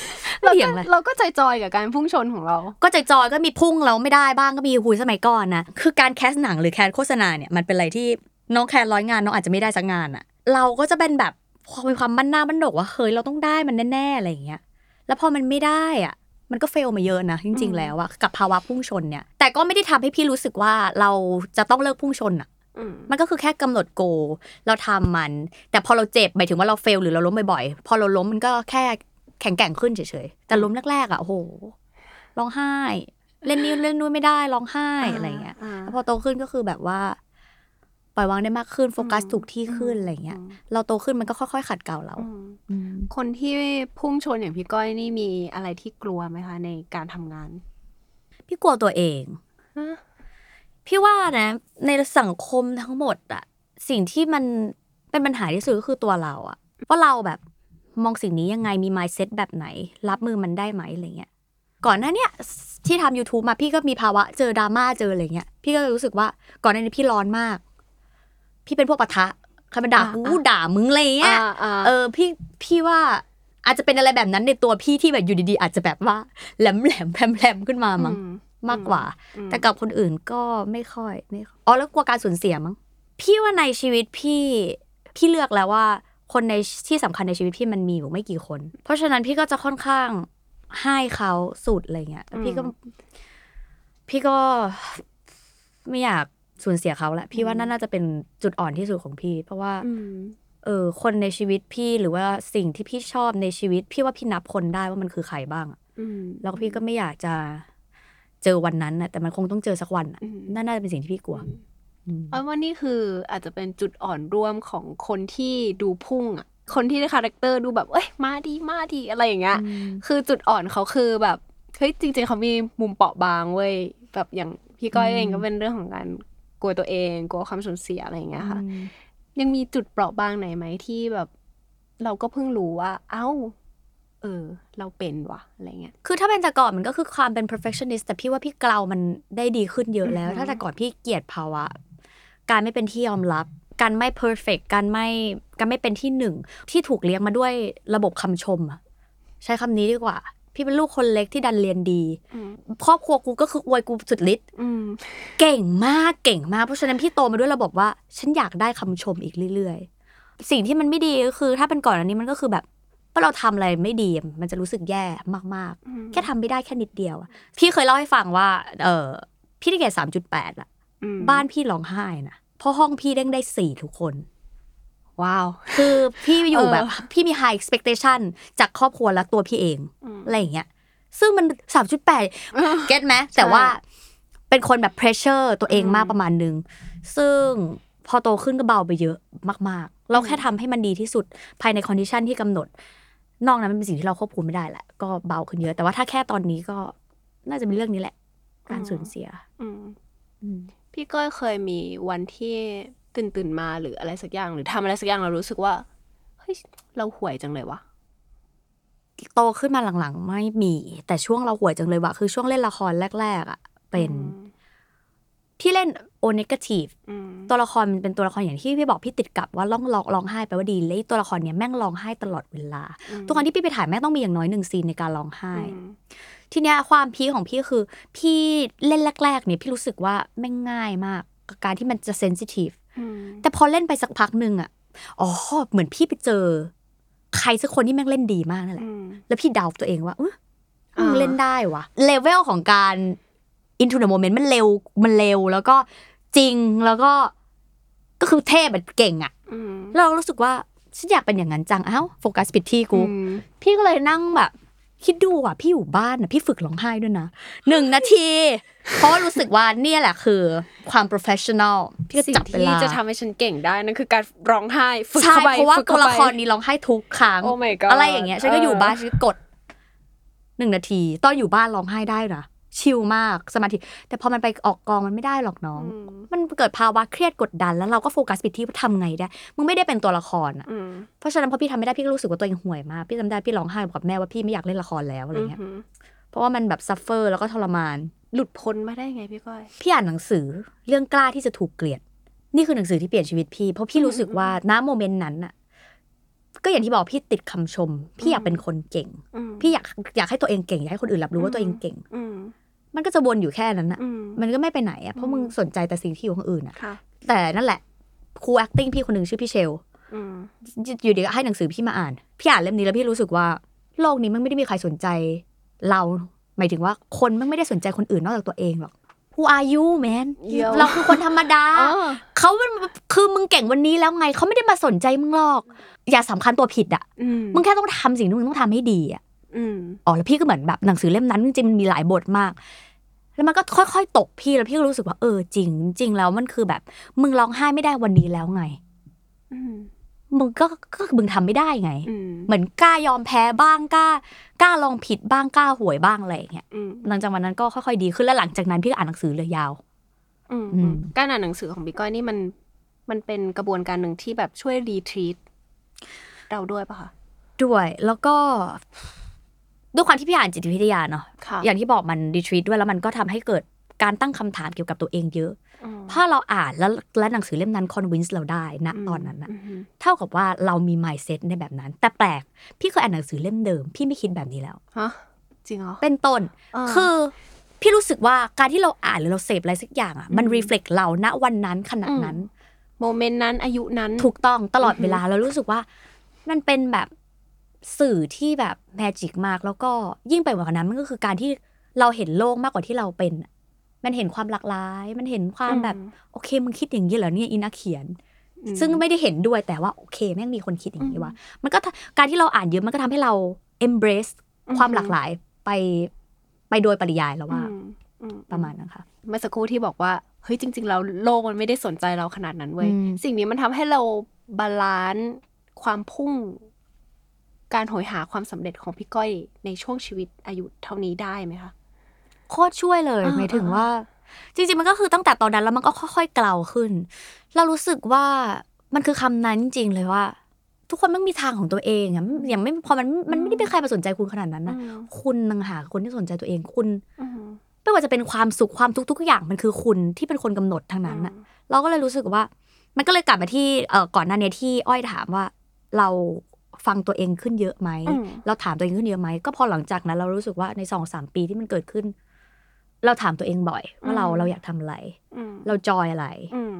C: ม่เถียงเลย
D: เราก็ใจจอยกับการพุ่งชนของเรา
C: ก็จอยๆก็มีพุ่งแล้วไม่ได้บ้างก็มีหุยสมัยก่อนนะคือการแคสหนังหรือแคสโฆษณาเนี่ยมันเป็นอะไรที่น้องแคสร้อยงานน้องอาจจะไม่ได้สักงานอะเราก็จะเป็นแบบความมีความมั่นหน้ามั่นโดกว่าเฮ้ยเราต้องได้มันแน่ๆอะไรอย่างเงี้ยแล้วพอมันไม่ได้อะมันก็เฟลมาเยอะนะจริง
D: อืม
C: ๆ แล้วอะกับภาวะพุ่งชนเนี่ยแต่ก็ไม่ได้ทำให้พี่รู้สึกว่าเราจะต้องเลิกพุ่งชนอะมันก็คือแค่กำหนดโกเราทำมัน แต่พอเราเจ็บหมายถึงว่าเราเฟลหรือเราล้มบ่อยๆพอเราล้มมันก็แค่แข็งแกร่งขึ้นเฉยๆแต่ล้มแรกๆอะโอ้โห ร้องไห้ เล่นนี่เล่นนู่นไม่ได้ร้องไห้อะไรอย่างเงี้ย
D: า
C: แล้วพอโตขึ้นก็คือแบบว่า ปล่อยวางได้มากขึ้นโฟกัส
D: อืม
C: ถูกที่ขึ้นอะไรอย่างเงี้ย
D: อืม
C: เราโตขึ้นมันก็ค่อยๆขัดเกลาเรา
D: อืมคนที่พุ่งชนอย่างพี่ก้อยนี่มีอะไรที่กลัวไหมคะในการทำงาน
C: พี่กลัวตัวเอง
D: ฮะ
C: พี่ว่านะ ในสังคมทั้งหมดอะสิ่งที่มันเป็นปัญหาที่สุดก็คือตัวเราอะว่าเราแบบมองสิ่งนี้ยังไงมี mindset แบบไหน รับมือมันได้ไหมอะไรเงี้ยก่อนหน้าเนี้ยที่ทำ YouTube มาพี่ก็มีภาวะเจอดราม่าเจออะไรเงี้ยพี่ก็เลยรู้สึกว่าก่อนหน้านี้พี่ร้อนมาก พี่เป็นพวกปะทะใครมาด่ากูด่ามึงอะไรเงี้ย
D: อ่าอ่า
C: เออพี่พี่ว่าอาจจะเป็นอะไรแบบนั้นในตัวพี่ที่แบบอยู่ดีๆ อาจจะแบบว่าแหลมแหลมๆแพรมแมๆขึ้นมามั้ง
D: อื
C: มากกว่า
D: อืม
C: แต่กับคนอื่นก็ไม่ค่อยไม่ค่อยอ๋อแล้วกลัวการสูญเสียมั้งพี่ว่าในชีวิตพี่พี่เลือกแล้วว่า คนในที่สำคัญในชีวิตพี่มันมีอยู่ไม่กี่คน เพราะฉะนั้นพี่ก็จะค่อนข้างให้เขาสุดอะไรเงี้ยพี่ก็ พี่ก็ไม่อยากสูญเสียเขาละพี่ว่านั่นน่าจะเป็นจุดอ่อนที่สุดของพี่ เพราะว่า
D: อืม
C: เออคนในชีวิตพี่หรือว่าสิ่งที่พี่ชอบในชีวิต พี่ว่าพี่นับคนได้ว่ามันคือใครบ้างอะ
D: อืม
C: แล้วก็พี่ก็ไม่อยากจะเจอวันนั้นนะแต่มันคงต้องเจอสักวันน่ะ
D: อืม
C: นั่นน่าจะเป็นสิ่งที่พี่กลัวอืม
D: เอาว่านี่คืออาจจะเป็นจุดอ่อนร่วมของคนที่ดูพุ่งอ่ะ คนที่ได้คาแรคเตอร์ดูแบบเอ้ยมาดีมาดีอะไรอย่างเงี้ย คือจุดอ่อนเขาคือแบบเฮ้ยจริง ๆเขามีมุมเปราะบางเว้ยแบบอย่างพี่ก้อยเองก็เป็นเรื่องของการกลัวตัวเอง กลัวความสูญเสียอะไรอย่างเงี้ยค่ะ
C: อืม
D: ยังมีจุดเปราะบางไหนไหมที่แบบ เราก็เพิ่งรู้ว่า เอ้า เออ เราเป็นว่ะอะไรเงี้ย
C: คือถ้าเป็นแต่ก่อนมันก็คือความเป็น perfectionist แต่พี่ว่าพี่เกลามันได้ดีขึ้นเยอะแล้ว
D: อือหือ
C: ถ้าแต่ก่อนพี่เกลียดภาวะ การไม่เป็นที่ยอมรับ การไม่ perfect การไม่การไม่เป็นที่หนึ่งที่ถูกเลี้ยงมาด้วยระบบคำชมอะใช้คำนี้ดีกว่า พี่เป็นลูกคนเล็กที่ดันเรียนดี ครอบครัวกูก็คืออวยกูสุดฤทธิ์
D: อืม
C: เก่งมากเก่งมากเพราะฉะนั้นพี่โตมาด้วยระบบว่า ฉันอยากได้คำชมอีกเรื่อยๆ สิ่งที่มันไม่ดีก็คือ ถ้าเป็นก่อนอันนี้มันก็คือแบบว่าเราทำอะไรไม่ดีมันจะรู้สึกแย่มาก
D: อืม
C: ๆ แค่ทำไม่ได้แค่นิดเดียวอะพี่เคยเล่าให้ฟังว่าเออพี่ได้เกรดสามจุดแปดอะ
D: อืม
C: บ้านพี่ร้องไห้นะเพราะห้องพี่เด้งได้สี่ทุกคน
D: ว้าว
C: คือพี่อยู่
D: เออ
C: แบบพี่มี high expectation จากครอบครัวและตัวพี่เองอะไรอย่างเงี้ย ซึ่งมัน 3.8 เก็ตไหมแต่ว่าเป็นคนแบบ pressure ตัวเองมากประมาณนึง ซึ่งพอโตขึ้นก็เบาไปเยอะมาก ๆ เราแค่ทำให้มันดีที่สุดภายใน condition ที่กำหนด นอกนั้นมันเป็นสิ่งที่เราควบคุมไม่ได้แหละ ก็เบาขึ้นเยอะ แต่ว่าถ้าแค่ตอนนี้ก็น่าจะเป็นเรื่องนี้แหละ การสูญเสีย
D: อืม
C: อืม
D: พี่ก้อยเคยมีวันที่ตื่นตื่นๆมาหรืออะไรสักอย่างหรือทำอะไรสักอย่างเรารู้สึกว่าเฮ้ยเราห่วยจังเลยวะ
C: โตขึ้นมาหลังๆ ไม่มี แต่ช่วงเราห่วยจังเลยว่ะคือช่วงเล่นละครแรก ๆอ่ะเป็นพี่เล่นโอเนกาทีฟ
D: อืม
C: ตัวละครมันเป็นตัวละครอย่างที่พี่บอกพี่ติดกับว่าร้องร้องร้องไห้แปลว่าดีเลยตัวละครเนี้ยแม่งร้องไห้ตลอดเวลาทุกครั้งที่พี่ไปถ่ายแม่งต้องมีอย่างน้อยหนึ่งซีนในการร้องไห้
D: อืม
C: ทีเนี้ยความพีคของพี่คือ พี่เล่นแรก ๆ เนี่ยพี่รู้สึกว่าแม่งง่ายมากกับการที่มันจะเซนซิทีฟ
D: อืม
C: แต่พอเล่นไปสักพักหนึ่งอ่ะอ๋อเหมือนพี่ไปเจอ ใครสักคนที่แม่งเล่นดีมากนั่นแหละ
D: อืม
C: แล้วพี่เดาตัวเองว่าอุ๊ย
D: อ่ามึ
C: มึงเล่นได้วะเลเวลของการ into the moment มันเร็ว มันเร็ว แล้วก็จริง แล้วก็ ก็คือเทพแบบเก่งอะ
D: อืม
C: แล้วเรารู้สึกว่า ฉันอยากเป็นอย่างนั้นจัง เอ้า โฟกัสผิดที่กู
D: อืม
C: พี่ก็เลยนั่งแบบ คิดดูอ่ะ พี่อยู่บ้านอ่ะ พี่ฝึกร้องไห้ด้วยนะ หนึ่งนาที เพราะว่ารู้สึกว่าเนี่ยแหละคือ ความ professional พี่ก็
D: สิ่
C: จั
D: ง
C: บเว
D: ที่
C: ลา
D: จะทำให้ฉันเก่งได้นั่นคือการร้องไห้ฝึก
C: ใช่
D: เข้าไป
C: เพราะว่า
D: ฝึก
C: ตัว
D: เข้า
C: ละ
D: ไป
C: ครนี้ร้องไห้ทุกครั้ง
D: Oh my god
C: อะไรอย่างเงี้ยฉันก็อยู่
D: เออ
C: บ้านฉันก็กดหนึ่งนาที ตอนอยู่บ้านร้องไห้ได้นะชิลมากสมาธิแต่พอมันไปออกกองมันไม่ได้หรอกน้อง
D: อืม
C: มันเกิดภาวะเครียดกดดันแล้วเราก็โฟกัสไปที่ว่าทำไงได้มึงไม่ได้เป็นตัวละครอ่ะ
D: อืม
C: เพราะฉะนั้นพอพี่ทำไม่ได้พี่ก็รู้สึกว่าตัวเองห่วยมากพี่จำได้พี่ร้องไห้บอกกับแม่ว่าพี่ไม่อยากเล่นละครแล้วอะไรเงี้ย
D: อืม
C: เพราะว่ามันแบบซัฟเฟอร์แล้วก็ทรมาน
D: หลุดพ้นมาได้ไงพี่ก้อย
C: พี่อ่านหนังสือเรื่องกล้าที่จะถูกเกลียด นี่คือหนังสือที่เปลี่ยนชีวิตพี่ เพราะพี่รู้สึกว่าณโมเมนต์นั้นน่ะ ก็อย่างที่บอกพี่ติดคำชม พี่อยากเป็นคนเก่ง
D: อืม
C: พี่อยากอยากให้ตัวเองเก่งอยากให้คนอื่นรับรู้ว่าตัวเองเก่ง
D: อืม
C: มันก็จะวนอยู่แค่นั้นน่ะ
D: อืม
C: มันก็ไม่ไปไหนอ่ะเพราะมึงสนใจแต่สิ่งที่อยู่ข้างอื่นอ่ะ
D: ค่ะ
C: แต่นั่นแหละครู acting พี่คนหนึ่งชื่อพี่เชล
D: อืม
C: อยู่ดีก็ให้หนังสือพี่มาอ่าน พี่อ่านเล่มนี้แล้วพี่รู้สึกว่า โลกนี้มันไม่ได้มีใครสนใจเรา หมายถึงว่าคนมันไม่ได้สนใจคนอื่นนอกจากตัวเองหรอก Who are you man
D: เดี๋ยว
C: เราคือคนธรรม ดา
D: อ๋อ
C: เขามันคือมึงเก่งวันนี้แล้วไง เขาไม่ได้มาสนใจมึงหรอก อย่าสำคัญตัวผิดอ่ะ
D: อืม
C: มึงแค่ต้องทำสิ่งที่มึงต้องทำให้ดีอ่ะ
D: อืม
C: อ๋อแล้วพี่ก็เหมือนแบบหนังสือเล่มนั้นจริงๆมันมีหลายบทมาก แล้วมันก็ค่อยๆตกพี่แล้วพี่ก็รู้สึกว่าเออจริง จริงแล้วมันคือแบบ มึงร้องไห้ไม่ได้วันนี้แล้วไง
D: อืม
C: มึงก็ก็มึงทำไม่ได้ไง
D: อืม
C: เหมือนกล้ายอมแพ้บ้างกล้ากล้าลองผิดบ้างกล้าหวยบ้างอะไรอย่างเงี้ย
D: อืม
C: หลังจากวันนั้นก็ค่อยๆดีขึ้นแล้วหลังจากนั้นพี่ก็อ่านหนังสือเลยยาว
D: อืม
C: อืม
D: การอ่านหนังสือของพี่ก้อยนี่มัน มันเป็นกระบวนการหนึ่งที่แบบช่วยรีทรีตเราด้วยปะคะ
C: ด้วยแล้วก็ ด้วยความที่พี่อ่านจิตวิทยาเนาะ
D: ค่ะ
C: อย่างที่บอกมันดีทรีตด้วยแล้วมันก็ทำให้เกิดการตั้งคำถามเกี่ยวกับตัวเองเยอะ
D: อืม
C: ถ้าเราอ่านแล้วและหนังสือเล่มนั้นคอนวินส์เราได้นะตอนนั้นอะเท่ากับว่าเรามี mindset ในแบบนั้น แต่แปลก พี่เคยอ่านหนังสือเล่มเดิม พี่ไม่คิดแบบนี้แล้ว
D: ฮะจริงเหรอ
C: เป็นต้น
D: เออ
C: คือ พี่รู้สึกว่าการที่เราอ่านหรือเราเสพอะไรสักอย่างอะมันรีเฟล็กเราณวันนั้นขณะนั้น
D: โมเมนต์นั้นอายุนั้น
C: ถูกต้องตลอดเวลาเรารู้สึกว่า มันเป็นแบบสื่อที่แบบแมจิกมาก แล้วก็ยิ่งไปกว่านั้นมันก็คือการที่เราเห็นโลกมากกว่าที่เราเป็นอะมันเห็นความหลากหลาย มันเห็นความแบบ
D: อืม
C: โอเคมึงคิดอย่างนี้เหรอเนี่ยอินักเขียน
D: อืม
C: ซึ่งไม่ได้เห็นด้วยแต่ว่าโอเคแม่งมีคนคิดอย่างนี้ว่ะมันก็ทำการที่เราอ่านเยอะมันก็ทำให้เรา embrace
D: อืม
C: ความหลากหลายไปไปโดยปริยายแล้วว่า
D: อืมอื
C: ประมาณนั้นค่ะ
D: เมื่อสักครู่ที่บอกว่าเฮ้ยจริง ๆ เราโลกมันไม่ได้สนใจเราขนาดนั้นเว้ย
C: อืม
D: สิ่งนี้มันทำให้เราบาลานซ์ความพุ่ง การโหยหาความสำเร็จของพี่ก้อยในช่วงชีวิตอายุเท่านี้ได้ไหมคะ
C: โคตรช่วยเลย
D: อ่า
C: หมายถึงว่า จริงๆ มันก็คือตั้งแต่ตอนนั้นแล้วมันก็ค่อยๆเกลาขึ้น เรารู้สึกว่ามันคือคำนั้นจริงๆเลยว่า ทุกคนมันมีทางของตัวเองอะอย่างไม่พอมันมันไม่ได้มีใครมาสนใจคุณขนาดนั้นนะคุณต่างหากคนที่สนใจตัวเองคุณ
D: อืม
C: ไม่ว่าจะเป็นความสุขความทุกข์ทุกอย่างมันคือคุณที่เป็นคนกำหนดทางนั้นน่ะ เราก็เลยรู้สึกว่า มันก็เลยกลับมาที่เอ่อก่อนหน้าเนี้ที่อ้อยถามว่า เรา ฟังตัวเองขึ้นเยอะไหม
D: อืม
C: เราถามตัวเองขึ้นเยอะไหม ก็พอหลังจากนั้นเรารู้สึกว่าในสองสามปีที่มันเกิดขึ้น เราถามตัวเองบ่อย ว่าเรา
D: อืม
C: เราอยากทำอะไร
D: อืม
C: เราจอยอะไร
D: อืม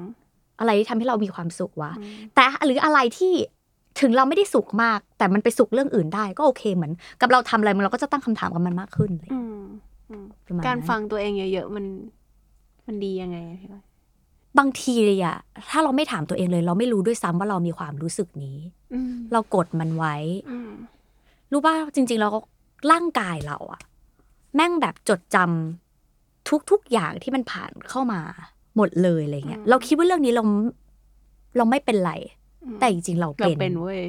C: อะไรที่ทำให้เรามีความสุขวะ
D: อืม
C: แต่หรืออะไรที่ถึงเราไม่ได้สุขมาก แต่มันไปสุขเรื่องอื่นได้ก็โอเคเหมือน กับเราทำอะไรมันเราก็จะตั้งคำถามกับมันมากขึ้นอะไร
D: อืมอืม
C: ประมาณ
D: การ
C: นั้น
D: ฟังตัวเองเยอะๆ มัน มันดียังไงอะพี่ก้อย
C: บางทีเลยอะถ้าเราไม่ถามตัวเองเลย เราไม่รู้ด้วยซ้ำว่าเรามีความรู้สึกนี้
D: อืม
C: เรากดมันไว้
D: อืม
C: รู้ป่ะจริงๆเราก็ร่างกายเราอะแม่งแบบจดจำทุกๆอย่างที่มันผ่านเข้ามาหมดเลยอะไรเงี้ยเราคิดว่าเรื่องนี้เราเราไม่เป็นไร
D: อืม
C: แต่จริงๆเรา
D: เรา
C: เป็น
D: เป็นเว้ย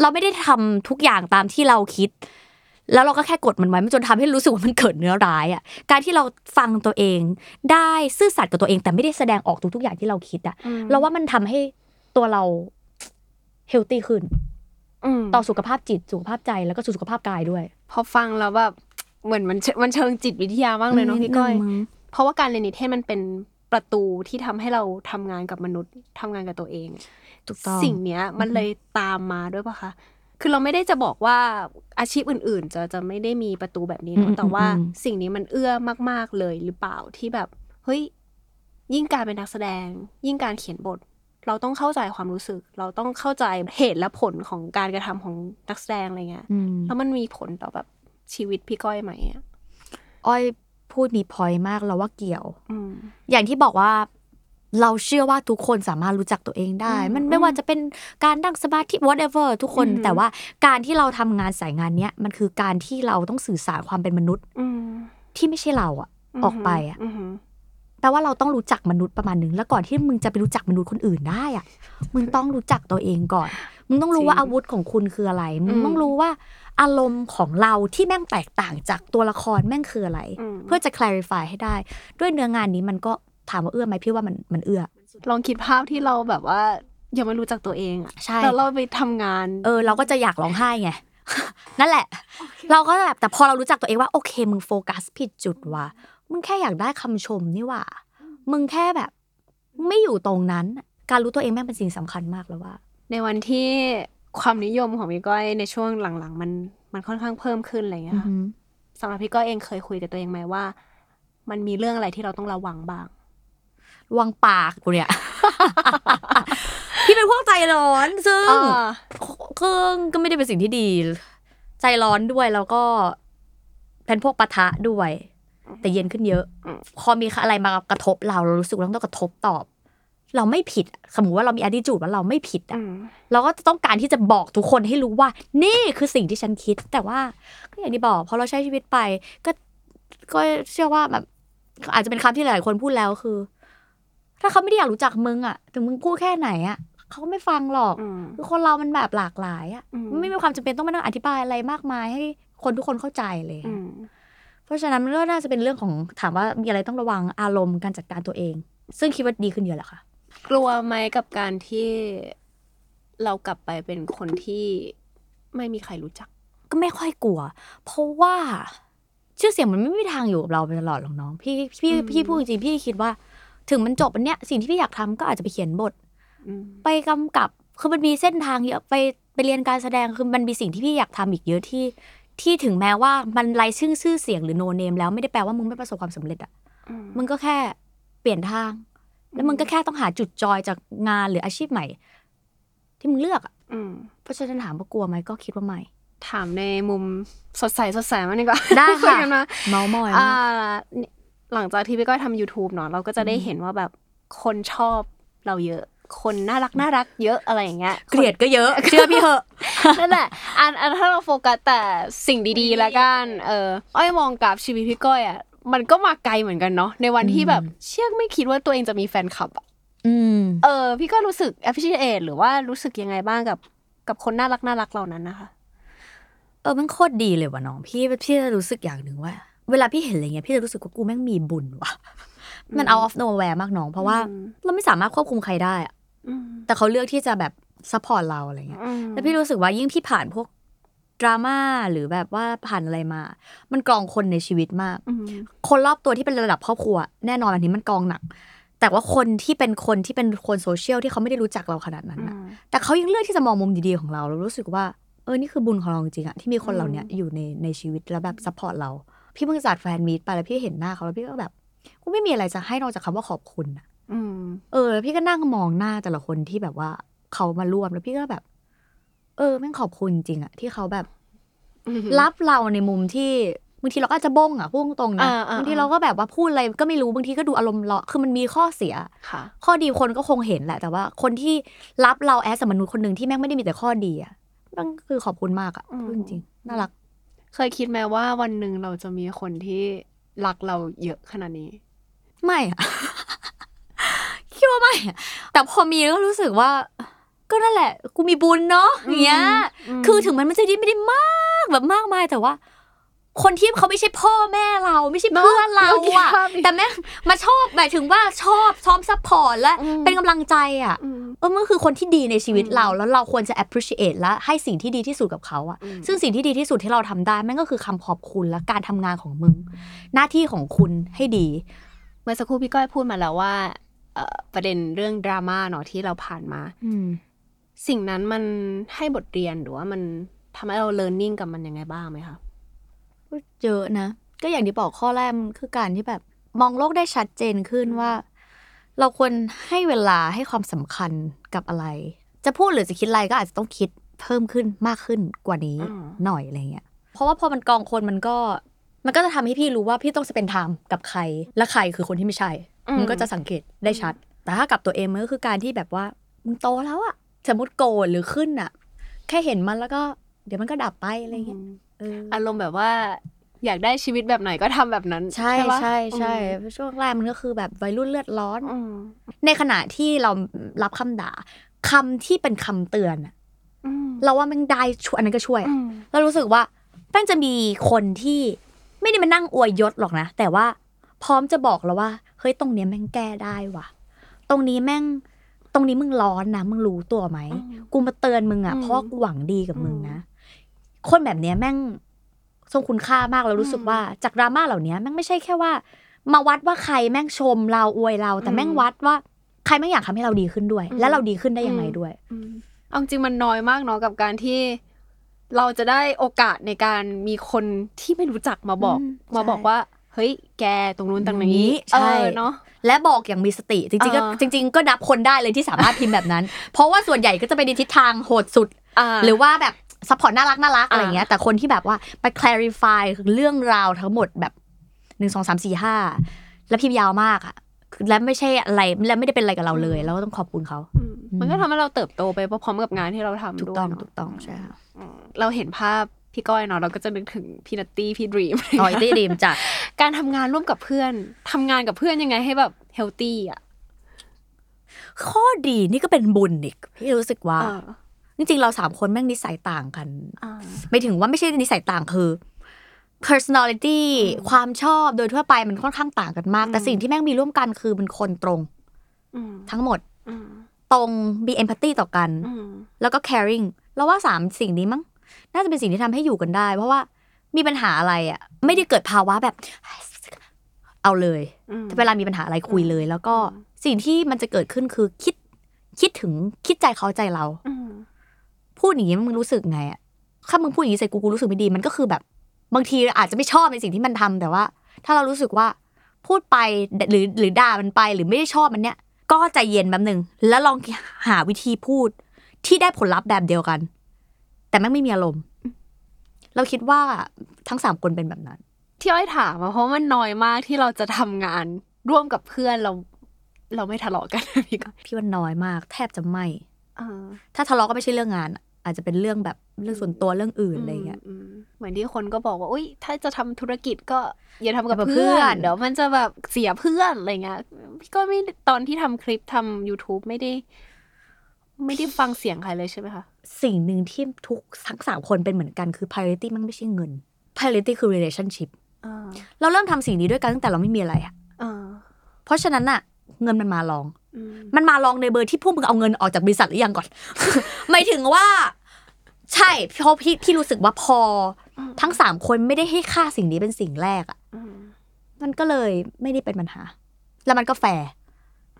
C: เราไม่ได้ทำทุกอย่างตามที่เราคิด แล้วเราก็แค่กดมันไว้มันจนทำให้รู้สึกว่ามันเกิดเนื้อร้ายอ่ะการที่เราฟังตัวเองได้ซื่อสัตย์กับตัวเอง แต่ไม่ได้แสดงออกทุกๆอย่างที่เราคิดอ่ะ
D: อืม
C: เราว่ามันทำให้ตัวเราเฮลตี้ขึ้น
D: ม
C: ต่อสุขภาพจิตสุขภาพใจแล้วก็สุขภาพกายด้วย
D: พอฟังแล้วแบบ เหมือนมันเชิมันเชิงจิตวิทยามากเลยเนาะพี่ก้อย
C: นิดนึงมั้ง
D: เพราะว่าการเรียนนิเทศมันเป็นประตูที่ทำให้เราทำงานกับมนุษย์ทำงานกับตัวเองอะ
C: ถูกต้อง
D: สิ่งเนี้ยมันเลยตามมาด้วยปะคะ คือเราไม่ได้จะบอกว่าอาชีพอื่น ๆ จะจะไม่ได้มีประตูแบบนี้เนอะ
C: อืม
D: แต่ว่า
C: อืม
D: สิ่งนี้มันเอื้อมาก ๆเลยหรือเปล่าที่แบบ เฮ้ย ยิ่งการเป็นนักแสดง ยิ่งการเขียนบท เราต้องเข้าใจความรู้สึก เราต้องเข้าใจเหตุและผลของการกระทำของนักแสดงอะไรเงี้ย
C: อืม
D: แล้วมันมีผลต่อแบบชีวิตพี่ก้อยไหมอ่ะ
C: อ้อยพูดมีพอยมากเราว่าเกี่ยว
D: อืม
C: อย่างที่บอกว่าเราเชื่อว่าทุกคนสามารถรู้จักตัวเองได้
D: อืม
C: มันไม่ว่าจะเป็นการนั่งสมาธิ whatever ทุกคน
D: อืม
C: แต่ว่าการที่เราทำงานสายงานเนี้ยมันคือการที่เราต้องสื่อสารความเป็นมนุษย์
D: อืม
C: ที่ไม่ใช่เราอะ ออกไปอะ
D: หื
C: แปลว่าเราต้องรู้จักมนุษย์ประมาณนึงแล้วก่อนที่มึงจะไปรู้จักมนุษย์คนอื่นได้อะมึงต้องรู้จักตัวเองก่อน มึงต้องรู้ว่า
D: จริง
C: อาวุธของคุณคืออะไร มึง
D: อืม
C: ต้องรู้ว่าอารมณ์ของเราที่แม่งแตกต่างจากตัวละครแม่งคืออะไร
D: ม
C: เพื่อจะ clarify ให้ได้ ด้วยเนื้องานนี้มันก็ถามว่าเอื้อไหมพี่ว่ามันมันเอื้อ
D: ลองคิดภาพที่เราแบบว่ายังไม่รู้จักตัวเองอะ
C: ใช่
D: แล้วเราไปทำงาน
C: เออเราก็จะอยากร้องไห้ไง นั่นแหละ เราก็แบบแต่พอเรารู้จักตัวเองว่าโอเค มึงโฟกัสผิดจุดว่ะมึงแค่อยากได้คำชมนี่หว่า มึงแค่แบบมึงไม่อยู่ตรงนั้น การรู้ตัวเองแม่งเป็นสิ่งสำคัญมากแล้วว่า
D: ในวันที่ความนิยมของพี่ก้อยในช่วงหลังๆ มันมันค่อนข้างเพิ่มขึ้นอะไรอย่างเงี้ยค่ะสำหรับพี่ก้อยเองเคยคุยกับตัวเองไหมว่า มันมีเรื่องอะไรที่เราต้องระวังบ้าง
C: ระวังปากกูเนี่ย พี่เป็นพวกใจร้อน ซึ่ง
D: อ่า
C: เครื่องก็ไม่ได้เป็นสิ่งที่ดี ใจร้อนด้วยแล้วก็เป็นพวกปะทะด้วย แต่เย็นขึ้นเยอะ
D: อืม
C: พอมีอะไรมากระทบเราเรารู้สึกเราต้องกระทบตอบ เราไม่ผิดอะสมมติว่าเรามี attitude ว่าเราไม่ผิดอะ
D: อืม
C: เราก็ต้องการที่จะบอกทุกคนให้รู้ว่า นี่คือสิ่งที่ฉันคิด แต่ว่าก็อย่างที่บอกพอเราใช้ชีวิตไป ก็ก็เชื่อว่าแบบ อาจจะเป็นคำที่หลายๆคนพูดแล้วคือ ถ้าเขาไม่ได้อยากรู้จักมึงอะถึงมึงพูดแค่ไหนอะเขาก็ไม่ฟังหรอก
D: อืม
C: คือคนเรามันแบบหลากหลายอะ
D: อืม
C: ไม่มีความจำเป็นต้องมานั่งอธิบายอะไรมากมายให้คนทุกคนเข้าใจเลยอะ
D: อืม
C: เพราะฉะนั้นมันก็น่าจะเป็นเรื่องของถามว่ามีอะไรต้องระวังอารมณ์การจัดการตัวเอง ซึ่งคิดว่าดีขึ้นเยอะแล้วค่ะ
D: กลัวไหมกับการที่เรากลับไปเป็นคนที่ไม่มีใครรู้จัก
C: ก็ไม่ค่อยกลัว เพราะว่าชื่อเสียงมันไม่มีทางอยู่กับเราไปตลอดหรอกน้อง พี่พี่
D: อืม
C: พี่พูดจริงๆพี่คิดว่า ถึงมันจบอันเนี้ยสิ่งที่พี่อยากทำก็อาจจะไปเขียนบท
D: อืม
C: ไปกำกับคือมันมีเส้นทางเยอะไปไปเรียนการแสดงคือมันมีสิ่งที่พี่อยากทำอีกเยอะที่ ที่ถึงแม้ว่ามันไร้ชื่อชื่อเสียงหรือโนเนมแล้วไม่ได้แปลว่ามึงไม่ประสบความสำเร็จอะ
D: อืม
C: มึงก็แค่เปลี่ยนทาง แล้วมึงก็แค่ต้องหาจุดจอยจากงานหรืออาชีพใหม่ ที่มึงเลือกอะ
D: อืม
C: เพราะฉะนั้นถามว่ากลัวไหมก็คิดว่าไม่
D: ถามในมุมสดใสสดใสมากดีกว่า
C: ได้ค่ะ
D: คุยกันมา
C: เมามอย
D: อ่าม
C: าก
D: เนี่ยหลังจากที่พี่ก้อยทำ YouTube เนาะเราก็จะได้เห็นว่าแบบคนชอบเราเยอะ คนน่ารักน่ารักเยอะอะไรอย่างเงี้ย
C: เกลียดก็เยอะ เชื่อพี่เหอะ
D: คน นั่นแหละอันอันถ้าเราโฟกัสแต่สิ่งดี ๆ แล้วกันเอออ้อยมองกราบชีวิตพี่ก้อยอ่ะมันก็มาไกลเหมือนกันเนาะในวันที่แบบ
C: อืม
D: เชื่อไม่คิดว่าตัวเองจะมีแฟนคลับอะ
C: อืม
D: เออพี่ก็รู้สึก appreciate หรือว่ารู้สึกยังไงบ้างกับกับคนน่ารักน่ารักเหล่านั้นนะคะ
C: เออมันโคตรดีเลยว่ะน้อง พี่พี่จะรู้สึกอย่างหนึ่งว่า เวลาพี่เห็นอะไรเงี้ยพี่จะรู้สึกว่ากูแม่งมีบุญว่ะ มันเอา off nowhere มากน้อง เพราะว่า
D: อืม
C: เราไม่สามารถควบคุมใครได้อะ
D: อืม
C: แต่เขาเลือกที่จะแบบ support เราอะไรเงี้ย
D: อืม
C: แล้วพี่รู้สึกว่ายิ่งพี่ผ่านพวกดราม่าหรือแบบว่าผ่านอะไรมา มันกรองคนในชีวิตมาก
D: อืม
C: คนรอบตัวที่เป็นระดับครอบครัว แน่นอนอันนี้มันกองหนัก แต่ว่าคนที่เป็นคนที่เป็นคนโซเชียลที่เขาไม่ได้รู้จักเราขนาดนั้น
D: อื
C: น่ะ
D: ม
C: แต่เขายังเลือกที่จะมองมุมดีๆของเราเรารู้สึกว่า เออนี่คือบุญของเราจริงๆอะที่มีคนเหล่าเนี้ยอยู่ในในชีวิตแล้วแบบซัพพอร์ตเรา พี่เพิ่งจัดแฟนมีตไปแล้วพี่เห็นหน้าเขาแล้วพี่ก็แบบกูไม่มีอะไรจะให้นอกจากคำว่าขอบคุณอะ
D: อืม
C: เออแล้วพี่ก็นั่งมองหน้าแต่ละคนที่แบบว่าเขามาร่วมแล้วพี่ก็แบบ เออแม่งขอบคุณจริงอะที่เขาแบบ รับเราในมุมที่บางทีเราก็อาจจะบ้งอ่ะพูดตรงๆนะ
D: อ่าอ่า
C: บางทีเราก็แบบว่าพูดอะไรก็ไม่รู้บางทีก็ดูอารมณ์เราคือมันมีข้อเสีย
D: ค่ะ
C: ข้อดีคนก็คงเห็นแหละ แต่ว่าคนที่รับเราแอสมนุษย์คนหนึ่งที่แม่งไม่ได้มีแต่ข้อดีอ่ะมันคือขอบคุณมากอ่ะ
D: อืม
C: พูดจริงๆน่ารัก
D: เคยคิดไหมว่าวันหนึ่งเราจะมีคนที่รักเราเยอะขนาดนี้
C: ไม่อะ คิดว่าไม่อะแต่พอมีแล้วก็รู้สึกว่า ก็นั่นแหละ กูมีบุญเนาะอย่างเงี้ย
D: อืม
C: คือถึงมันไม่จะดีไม่ได้มากแบบมากมายแต่ว่า คนที่เขาไม่ใช่พ่อแม่เรา ไม่ใช่เพื่อนเรา
D: เราคิด
C: อะ
D: ภาพดิ
C: แต่แม่งมาชอบหมายถึงว่าชอบซ้อมซัพพอร์ตและ
D: อืม
C: เป็นกำลังใจอะ
D: อืม
C: เออมันคือคนที่ดีในชีวิต
D: อืม
C: เราแล้วเราควรจะ appreciate และให้สิ่งที่ดีที่สุดกับเขาอะ
D: อืม
C: ซึ่งสิ่งที่ดีที่สุดที่เราทำได้แม่งก็คือคำขอบคุณและการทำงานของมึง หน้าที่ของคุณให้ดี
D: เมื่อสักครู่พี่ก้อยพูดมาแล้วว่าเอ่อประเด็นเรื่องดราม่าเนาะที่เราผ่านมา
C: อืม
D: สิ่งนั้นมันให้บทเรียนหรือว่ามันทำให้เราเลิร์นนิ่งกับมันยังไงบ้างไหมคะ
C: ก็เยอะนะ ก็อย่างที่บอกข้อแรกมันคือการที่แบบมองโลกได้ชัดเจนขึ้นว่า เราควรให้เวลาให้ความสำคัญกับอะไร จะพูดหรือจะคิดอะไรก็อาจจะต้องคิดเพิ่มขึ้นมากขึ้นกว่านี้
D: อ่า
C: หน่อยอะไรเงี้ยเพราะว่าพอมันกองคนมันก็ มันก็จะทำให้พี่รู้ว่าพี่ต้องสเปนไทม์กับใคร และใครคือคนที่ไม่ใช่ มันก็จะสังเกตได้ชัด แต่ถ้ากับตัวเองมันก็คือการที่แบบว่ามึงโตแล้วอะสมมติโกรธหรือขึ้นอะแค่เห็นมันแล้วก็ เดี๋ยวมันก็ดับไปอะไรเงี้ย
D: ม
C: เออ
D: อารมณ์แบบว่า อยากได้ชีวิตแบบไหนก็ทำแบบนั้น
C: ใช่
D: ปะ
C: ใช่ใช่ช่วงแรกมันก็คือแบบวัยรุ่นเลือดร้อน
D: อืม
C: ในขณะที่เรารับคำด่าคำที่เป็นคำเตือนอะ
D: อืม
C: เราว่ามันได้ช่วยอันนั้นก็ช่วย
D: อื
C: อะ
D: ม
C: เรารู้สึกว่าแป้งจะมีคนที่ไม่ได้มานั่งอวยยศหรอกนะ แต่ว่าพร้อมจะบอกเราว่า เฮ้ยตรงเนี้ยแม่งแก้ได้ว่ะ ตรงนี้แม่งตรงนี้มึงร้อนนะมึงรู้ตัวไหม
D: อืม
C: กูมาเตือนมึงอ่ะ
D: อืม
C: เพราะว่ากูหวังดีกับมึง
D: อืม
C: นะ คนแบบเนี้ยแม่งทรงคุณค่ามากเรารู้สึก
D: อืม
C: ว่าจากดราม่าเหล่านี้แม่งไม่ใช่แค่ว่า มาวัดว่าใครแม่งชมเราอวยเรา แต่
D: อืม
C: แม่งวัดว่าใครแม่งอยากทำให้เราดีขึ้นด้วย
D: อืม
C: และเราดีขึ้นได้ยังไง
D: อืม
C: ด้วย
D: อืมเอาจริงมันน้อยมากเนาะกับการที่ เราจะได้โอกาสในการมีคนที่ไม่รู้จักมาบอก
C: อืม
D: มา
C: ใช่
D: บอกว่า เฮ้ย แกตรงนู้นตรงนี้
C: ใช่
D: เออเนาะ
C: และบอกอย่างมีสติ จริงๆก็
D: เออ
C: จริง ๆ ก็นับคนได้เลยที่สามารถพิมพ์แบบนั้น เพราะว่าส่วนใหญ่ก็จะไปในทิศทางโหดสุด หรือว่าแบบซัพพอร์ตน่ารักน่ารัก
D: อ่า
C: อะไรเงี้ยแต่คนที่แบบว่าไป clarify เรื่องราวทั้งหมดแบบหนึ่งสองสามสี่ห้าแล้วพิมพ์ยาวมากอะและไม่ใช่อะไรและไม่ได้เป็นอะไรกับเราเลย แล้วก็ต้องขอบคุณเขา
D: อืมมันก็ทำให้เราเติบโตไปพร้อมๆกับงานที่เราทำ
C: ถูก
D: ด้วย
C: ต้อง
D: เนะ
C: ถูกต้องใช่ค่ะ
D: อืมเราเห็นภาพพี่ก้อยเนาะเราก็จะนึกถึงพี่นัตตี้พี่ดรีม
C: อ๋ออีตี้ดีมจ้ะ
D: การทำงานร่วมกับเพื่อนทำงานกับเพื่อนยังไงให้แบบเฮลตี้อ่ะ
C: ข้อดีนี่ก็เป็นบุญอีกพี่รู้สึกว่า
D: เออ
C: จริงๆเราสามคนแม่งนิสัยต่างกัน
D: อ่า
C: ไม่ถึงว่าไม่ใช่นิสัยต่างคือ personality ความชอบโดยทั่วไปมันค่อนข้างต่างกันมาก แต่
D: อืม
C: สิ่งที่แม่งมีร่วมกันคือเป็นคนตรง
D: อืม
C: ทั้งหมด
D: อืม
C: ตรงมี empathy ต่อกัน
D: อืม
C: แล้วก็ caring เราว่าสามสิ่งนี้มั้งน่าจะเป็นสิ่งที่ทำให้อยู่กันได้ เพราะว่ามีปัญหาอะไรอ่ะ ไม่ได้เกิดภาวะแบบ เอาเลย
D: อืม
C: เวลามีปัญหาอะไรคุยเลย แล้วก็
D: อืม
C: สิ่งที่มันจะเกิดขึ้นคือคิด คิดถึงคิดใจเขาใจเรา
D: อืม
C: พูดอย่างนี้มึงรู้สึกไงอ่ะถ้ามึงพูดอย่างนี้ใส่กูกูรู้สึกไม่ดี มันก็คือแบบ บางทีอาจจะไม่ชอบในสิ่งที่มันทำแต่ว่า ถ้าเรารู้สึกว่า พูดไปหรือหรือด่ามันไปหรือไม่ได้ชอบมันเนี่ย ก็ใจเย็นแป๊บหนึ่งแล้วลองหาวิธีพูด ที่ได้ผลลัพธ์แบบเดียวกัน แต่แม่งไม่มีอารมณ์ เราคิดว่าทั้งสามคนเป็นแบบนั้น
D: ที่อ้อยถามอะเพราะมันน้อยมากที่เราจะทำงานร่วมกับเพื่อนเรา เราไม่ทะเลาะกัน พี่ก้อย
C: พี่ว่าน้อยมาก แทบจะไม่
D: เออ
C: ถ้าทะเลาะก็ไม่ใช่เรื่องงานอะอาจจะเป็นเรื่องแบบเรื่องส่วนตัวเรื่องอื่นอะไรอย่างเงี้ย
D: มมเหมือนที่คนก็บอกว่าอุ้ยถ้าจะทำธุรกิจก็อย่าทำกับ
C: กับเพื่
D: เพื่
C: อ
D: อน นเดี๋ยวมันจะแบบเสียเพื่อนอะไรเงี้ยพี่ก้อยไม่ตอนที่ทำคลิปทำ youtube ไม่ได้ ไม่ได้ฟังเสียงใครเลยใช่ไหมคะ
C: สิ่งหนึ่งที่ทุกทั้งสามคนเป็นเหมือนกันคือ priority มันไม่ใช่เงิน priority คือ relationship
D: เออ
C: เราเริ่มทำสิ่งนี้ด้วยกันตั้งแต่เราไม่มีอะไรอะ
D: เออ
C: เพราะฉะนั้นอะเงินมันมาลอง
D: อืม
C: มันมาลองในเบอร์ที่พวกมึงเอาเงินออกจากบริษัทหรือยังก่อน หมายถึงว่า ใช่เพราะพี่พี่รู้สึกว่าพอ
D: อืม
C: ทั้งสามคนไม่ได้ให้ค่าสิ่งนี้เป็นสิ่งแรกอะ
D: อืม
C: มันก็เลยไม่ได้เป็นปัญหา แล้วมันก็แฟร์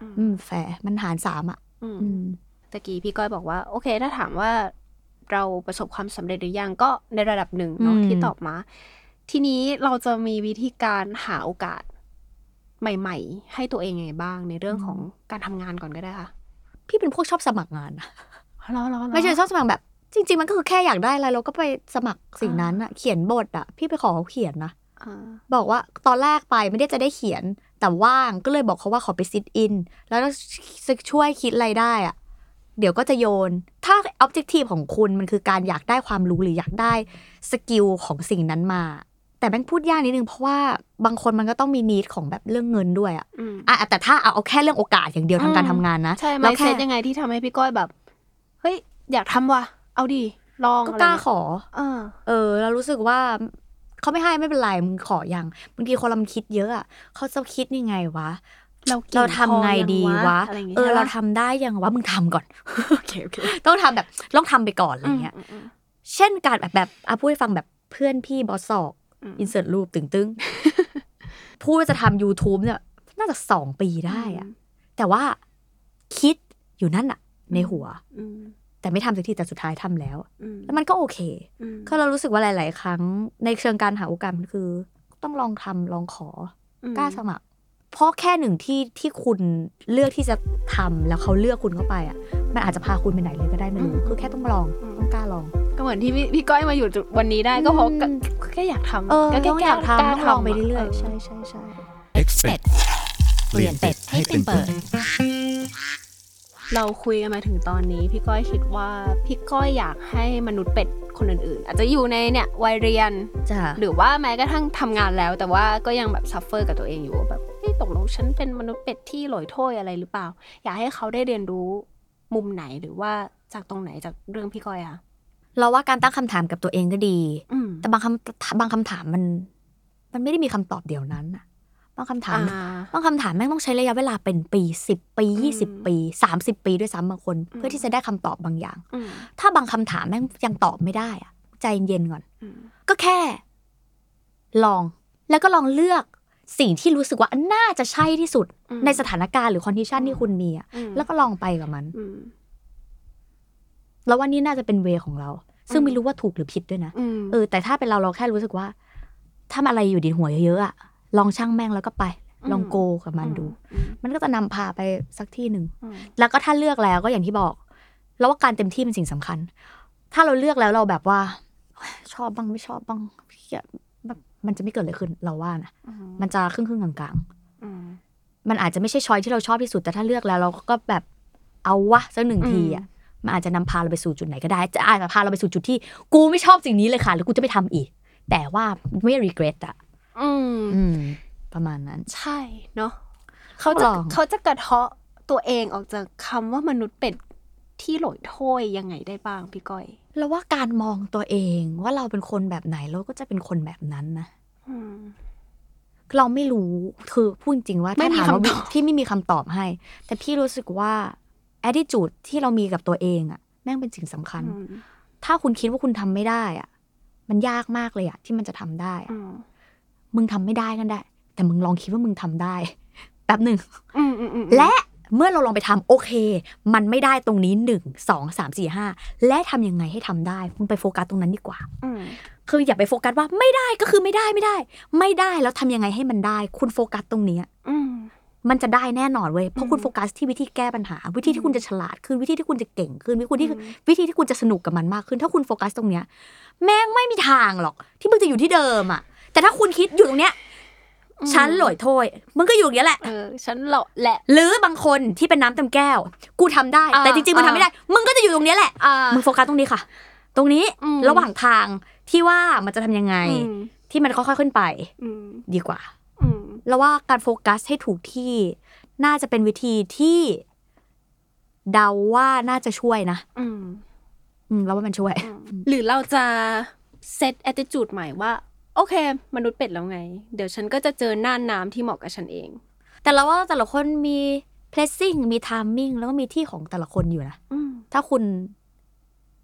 D: อืม
C: อืมแฟร์มันหารสามอะ
D: อืม
C: อืม
D: ตะกี้พี่ก้อยบอกว่า โอเค ถ้าถามว่า เราประสบความสำเร็จหรือยังก็ในระดับหนึ่งเนาะ
C: อืม
D: ที่ตอบมา ทีนี้เราจะมีวิธีการหาโอกาสใหม่ ๆ ให้ตัวเองยังไงบ้างในเรื่องของการทำงานก่อนก็ได้ค่ะ
C: พี่เป็นพวกชอบสมัครงานนะ
D: รอรอ
C: ไม่ใช่ชอบสมัครแบบ จริง ๆ มันก็คือแค่อยากได้อะไรเราก็ไปสมัครสิ่งนั้นอะเขียนบทอะพี่ไปขอเขาเขียนนะ บอกว่าตอนแรกไปไม่ได้จะได้เขียน แต่ว่างก็เลยบอกเขาว่าขอไปซิดอิน แล้วก็ช่วยคิดอะไรได้อะเดี๋ยวก็จะโยน ถ้า objective ของคุณมันคือการอยากได้ความรู้หรืออยากได้สกิลของสิ่งนั้นมา แต่แม่งพูดยากนิดนึง เพราะว่าบางคนมันก็ต้องมีนิดของแบบเรื่องเงินด้วยอะ
D: อืม
C: อ่ะแต่ถ้าเอาเอาแค่เรื่องโอกาสอย่างเดียวทางการ
D: อืม
C: ทำงานนะ
D: ใช่ไหม
C: แล้ว
D: เซ
C: แค่
D: ตยังไงที่ทำให้พี่ก้อยแบบ เฮ้ย อยากทำว่ะ เอาดี ลอง
C: ก็กล้า
D: ะไรเงี้ย
C: ขอ
D: เออ
C: เออเรารู้สึกว่าเขาไม่ให้ไม่เป็นไรมึงขอยังบางทีคนเรามันคิดเยอะอะเขาจะคิดยังไงวะ
D: เรากิน
C: เราทำไงดี
D: พอยัง
C: วะ
D: วะอะไรอย่างงี้
C: เออ
D: ใช่ปะ
C: เราทำได้ยังวะ มึงทำก่อน
D: โอเคโอเค
C: ต้องทำแบบต้องทำไปก่อนอะไรเงี้ย
D: อืม
C: เช่นการแบบแบบอ่ะพูดให้ฟังแบบเพื่อนพี่บอสสอก
D: อืม
C: อินเสิร์ตรูปตึงตึงพูดว่าจะทำ YouTube เนี่ย น่าจะสองปีได้อะแต่ว่าคิดอยู่นั่นอะในหัว
D: อืม
C: แต่ไม่ทำสักทีแต่สุดท้ายทำแล้ว
D: อืม
C: แล้วมันก็โอเค
D: อืม
C: ก็เรารู้สึกว่าหลาย ๆ ครั้งในเชิงการหาโอกาสมันคือ ต้องลองทำลองขอ
D: อืม
C: กล้าสมัคร เพราะแค่หนึ่งที่ที่คุณเลือกที่จะทำแล้วเขาเลือกคุณเข้าไปอ่ะ มันอาจจะพาคุณไปไหนเลยก็ได้ไม่รู้คือแค่ต้องลองต้องกล้าลอง
D: ก็เหมือนที่พี่พี่ก้อยมาอยู่จุดวันนี้ได้ก็เพราะก็ก็แค่อยากทำ
C: เออ
D: ก็แค่
C: ต้องอยากทำ
D: ล้
C: ต้องลองไปเรื่อยๆ
D: ใช่ใช่ใช่
B: Expect เปลี่ยนเป็ดให้เป็นเปิด
D: เราคุยกันมาถึงตอนนี้พี่ก้อยคิดว่าพี่ก้อยอยากให้มนุษย์เป็ดคนอื่นๆ อาจจะอยู่ในเนี่ยวัยเรียน
C: จ้ะ
D: หรือว่าแม้กระทั่งทำงานแล้ว แต่ว่าก็ยังแบบซัฟเฟอร์กับตัวเองอยู่ว่าแบบเฮ้ยตกลงฉันเป็นมนุษย์เป็ดที่หลอยโถ้ยอะไรหรือเปล่า อยากให้เขาได้เรียนรู้มุมไหนหรือว่าจากตรงไหนจากเรื่องพี่ก้อยอะ
C: เราว่าการตั้งคำถามกับตัวเองก็ดี
D: อืม
C: แต่บางคำบางคำถามมัน มันไม่ได้มีคำตอบเดียวนั้นอะบางคำถาม
D: อ่า
C: บางคำถามแม่งต้องใช้ระยะเวลาเป็นปีสิบปี
D: อืม
C: ยี่สิบปีสามสิบปีด้วยซ้ำบางคน
D: อืม
C: เพื่อที่จะได้คำตอบบางอย่าง
D: อืม
C: ถ้าบางคำถามแม่งยังตอบไม่ได้อะใจเย็นๆก่อน
D: อืม
C: ก็แค่ ลองแล้วก็ลองเลือกสิ่งที่รู้สึกว่าน่าจะใช่ที่สุด
D: อืม
C: ในสถานการณ์หรือคอนดิชันที่คุณมีอะ
D: อืม
C: แล้วก็ลองไปกับมัน
D: อืม
C: แล้วว่านี่น่าจะเป็นเวของเรา ซึ่ง
D: อืม
C: ไม่รู้ว่าถูกหรือผิดด้วยนะ
D: อืม
C: เออแต่ถ้าเป็นเราเราแค่รู้สึกว่า ถ้ามันอะไรอยู่ดีหัวเยอะๆอะลองช่างแม่งแล้วก็ไป ลองโกกับมันดู
D: อืม
C: มันก็จะนำพาไปสักที่หนึ่ง
D: อืม
C: แล้วก็ถ้าเลือกแล้วก็อย่างที่บอกแล้วว่าการเต็มที่เป็นสิ่งสำคัญ ถ้าเราเลือกแล้วเราแบบว่า ชอบบ้างไม่ชอบบ้างเหี้ยแบบมันจะไม่เกิดอะไรขึ้นเราว่านะ
D: อืม
C: มันจะครึ่งครึ่งๆกลาง
D: อืม
C: ๆมันอาจจะไม่ใช่ชอยที่เราชอบที่สุด แต่ถ้าเลือกแล้วเราก็แบบเอาวะสักหนึ่ง
D: อืม
C: ทีอ่ะมันอาจจะนำพาเราไปสู่จุดไหนก็ได้ จะอาจจะพาเราไปสู่จุดที่ กูไม่ชอบสิ่งนี้เลยค่ะ หรือกูจะไม่ทำอีก แต่ว่าไม่ regret อ่ะ
D: อืม
C: อืม ประมาณนั้น
D: ใช่เนาะเขาจะ
C: ลอง
D: เขาจะกระเทาะตัวเองออกจากคำว่ามนุษย์เป็ดที่หลอยโถ้ยยังไงได้บ้างพี่ก้อย
C: แล้วว่าการมองตัวเองว่าเราเป็นคนแบบไหนเราก็จะเป็นคนแบบนั้นนะ
D: อืม
C: เราไม่รู้คือพูดจริงๆว่า
D: ไม่มี
C: ถ้าถาว่า
D: คำตอบ
C: พี่ไม่มีคำตอบให้ แต่พี่รู้สึกว่า attitude ที่เรามีกับตัวเองอะแม่งเป็นสิ่งสำคัญ
D: อืม
C: ถ้าคุณคิดว่าคุณทำไม่ได้อะมันยากมากเลยอะที่มันจะทำได้อะ
D: อืม
C: มึงทำไม่ได้กันได้ แต่มึงลองคิดว่ามึงทำได้ แป๊บหนึ่ง
D: อืมอืมอืม
C: และเมื่อเราลองไปทำโอเค มันไม่ได้ตรงนี้หนึ่งสองสามสี่ห้าและทำยังไงให้ทำได้มึงไปโฟกัสตรงนั้นดีกว่า
D: อืม
C: คืออย่าไปโฟกัสว่าไม่ได้ก็คือไม่ได้ไม่ได้ ไม่ได้แล้วทำยังไงให้มันได้ คุณโฟกัสตรงเนี้ย
D: อืม
C: มันจะได้แน่นอนเว้ย เพ
D: อื
C: ราะ
D: ม
C: คุณโฟกัสที่วิธีแก้ปัญหา วิธีที่คุณจะฉลาดขึ้นวิธีที่คุณจะเก่งขึ้น วิธีที่
D: อืม
C: วิธีที่คุณจะสนุกกับมันมากขึ้น ถ้าคุณโฟกัสตรงเนี้ย แม่งไม่มีทางหรอก ที่มึงจะอยู่ที่เดิมอะแต่ถ้าคุณคิดอยู่ตรงเนี้ยฉันหลอยโทยมึงก็อยู่อย่างเงี้ยแหละ
D: เออ ฉันหล่อแหละ
C: หรือบางคนที่เป็นน้ำเต็มแก้ว กูทำได้
D: อ่า
C: แต่จริงๆมันทำไม่
D: อ่า
C: ได้ มึงก็จะอยู่ตรงเนี้ยแหละ
D: อ่า
C: มึงโฟกัสตรงนี้ค่ะ ตรงนี้
D: อืม
C: ระหว่างทางที่ว่ามันจะทำยังไง
D: อืม
C: ที่มันค่อยๆขึ้นไป
D: อืม
C: ดีกว่า
D: อืม
C: แล้วว่าการโฟกัสให้ถูกที่น่าจะเป็นวิธีที่เดาว่าน่าจะช่วยนะ
D: อืม
C: อืมเราว่ามันช่วย
D: อืมหรือเราจะเซต attitude ใหม่ว่า โอเค มนุษย์เป็ดแล้วไง เดี๋ยวฉันก็จะเจอหน้าน้ำที่เหมาะกับฉันเอง
C: แต่เราว่าแต่ละคนมี placing มี timing แล้วก็มีที่ของแต่ละคนอยู่นะ
D: อืม
C: ถ้าคุณ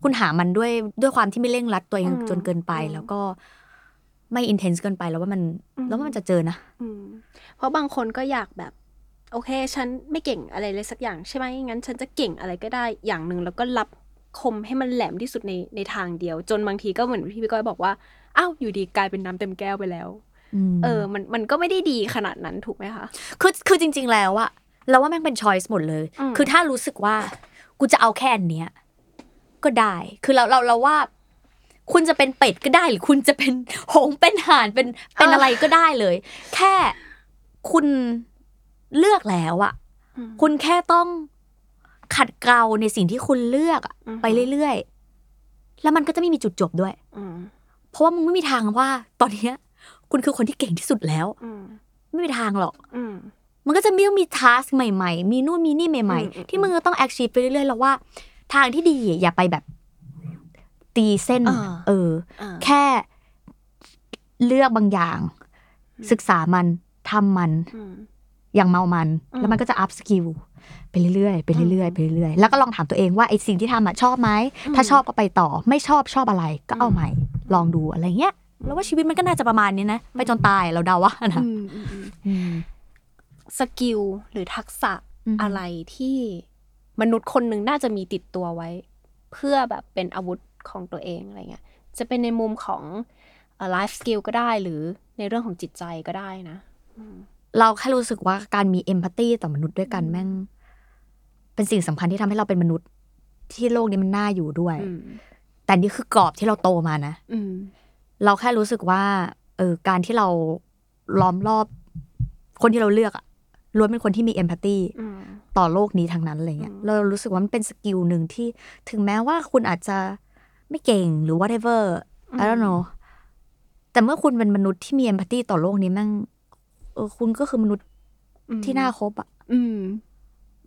C: คุณหามันด้วยด้วยความที่ไม่เร่งรัดตัวเอง
D: อืม
C: จนเกินไป
D: อืม
C: แล้วก็ไม่ intense เกินไปแล้วว่ามัน
D: อืม
C: แล้วว่ามันจะเจอนะ
D: อืมเพราะบางคนก็อยากแบบ โอเค ฉันไม่เก่งอะไรเลยสักอย่างใช่ไหมงั้น ฉันจะเก่งอะไรก็ได้อย่างหนึ่งแล้วก็รับ คมให้มันแหลมที่สุดในในทางเดียว จนบางทีก็เหมือนที่พี่ก้อยบอกว่าอ้าวอยู่ดีกลายเป็นน้ำเต็มแก้วไปแล้ว เออมันมันก็ไม่ได้ดีขนาดนั้นถูกไหมคะ
C: คือคือจริง ๆ แล้วอะเราว่าแม่งเป็นช้อยส์หมดเลย
D: อืม
C: คือถ้ารู้สึกว่ากูจะเอาแค่อันเนี้ยก็ได้ คือเราเราเราว่า คุณจะเป็นเป็ดก็ได้ หรือคุณจะเป็นหงส์เป็นห่านเป็นเป็นอะไรก็ได้เลย แค่คุณเลือกแล้วอะ
D: คุณ
C: คุณแค่ต้องขัดเกลาในสิ่งที่คุณเลือกอะ
D: อือฮึ
C: ไปเรื่อยๆ แล้วมันก็จะไม่มีจุดจบด้วย
D: อืม
C: เพราะว่ามึงไม่มีทางว่า ตอนเนี้ย คุณคือคนที่เก่งที่สุดแล้ว
D: อืม
C: ไม่มีทางหรอก
D: อืม
C: มันก็จะมีมีทัสใหม่ๆ มีนู่นมีนี่ใหม่
D: อืมอืม
C: ๆ ที่มึงก็ต้องแอคชีพไปเรื่อยๆแล้วว่า ทางที่ดีอย่าไปแบบ ตีเส้น เออ
D: อ่า
C: แค่เลือกบางอย่าง
D: อืม
C: ศึกษามันทำมัน
D: อืม
C: อย่างเมามัน
D: อืม
C: แล้วมันก็จะอัพสกิลไปเรื่อยๆไปเรื่อย
D: อื
C: ๆ
D: ม
C: ไปเรื่อยๆแล้วก็ลองถามตัวเองว่าไอ้สิ่งที่ทำอ่ะชอบไหม
D: อืม
C: ถ้าชอบก็ไปต่อ ไม่ชอบชอบอะไร ก็เอา
D: อืม
C: ใหม่ ลองดูอะไรเงี้ยแล้วว่าชีวิตมันก็น่าจะประมาณนี้นะไปจนตายเราเดาว่านะ
D: อืมอืมอืม
C: อืม
D: สกิลหรือทักษะ
C: อือฮึ
D: อะไรที่มนุษย์คนหนึ่งน่าจะมีติดตัวไว้ เพื่อแบบเป็นอาวุธของตัวเองอะไรเงี้ยจะเป็นในมุมของไลฟ์สกิลก็ได้หรือในเรื่องของจิตใจก็ได้นะ
C: เราแค่รู้สึกว่าการมีเอมพัตตีต่อมนุษย์ด้วยกันแม่ง เป็นสิ่งสำคัญที่ทำให้เราเป็นมนุษย์ ที่โลกนี้มันน่าอยู่ด้วย
D: อืม
C: แต่นี่คือกรอบที่เราโตมานะ
D: อืม
C: เราแค่รู้สึกว่า เออการที่เราล้อมรอบ คนที่เราเลือกอะล้วนเป็นคนที่มีเอมพัตตี
D: อืม
C: ต่อโลกนี้ทั้งนั้นอะไรเงี้ย
D: อืม
C: เรารู้สึกว่ามันเป็นสกิลหนึ่งที่ถึงแม้ว่าคุณอาจจะไม่เก่งหรือ whatever I don't know แต่เมื่อคุณเป็นมนุษย์ที่มีเอมพัตตีต่อโลกนี้แม่งเออคุณก็คือมนุษย์
D: อืม
C: ที่น่าคบอะ
D: อืม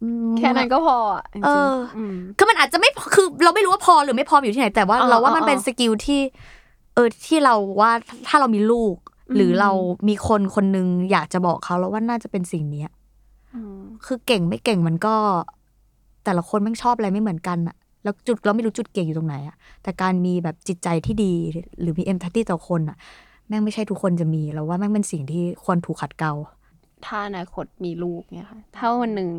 C: อืม
D: แค่นั้นก็พออ่ะจริงๆ
C: เออ
D: ม
C: คือมันอาจจะไม่พอคือเราไม่รู้ว่าพอหรือไม่พออยู่ที่ไหน แต่ว่า
D: อ๋อ
C: เราว่ามัน
D: อ๋อ
C: เป็นสกิลที่ เออที่เราว่าถ้าเรามีลูก
D: อืม
C: หรือเรามีคนคนหนึงอยากจะบอกเขาแล้วว่าน่าจะเป็นสิ่งเนี้ย
D: อืม
C: คือเก่งไม่เก่งมันก็ แต่ละคนแม่งชอบอะไรไม่เหมือนกันอะแล้วจุดเราไม่รู้จุดเก่งอยู่ตรงไหนอะแต่การมีแบบจิตใจที่ดีหรือมีเอมพัตตีต่อคนอะแม่งไม่ใช่ทุกคนจะมีเราว่าแม่งเป็นสิ่งที่ควรถูกขัดเกลา
D: ถ้าอนาคตมีลูกเนี่ยค่ะ ถ้าวันหนึ่ง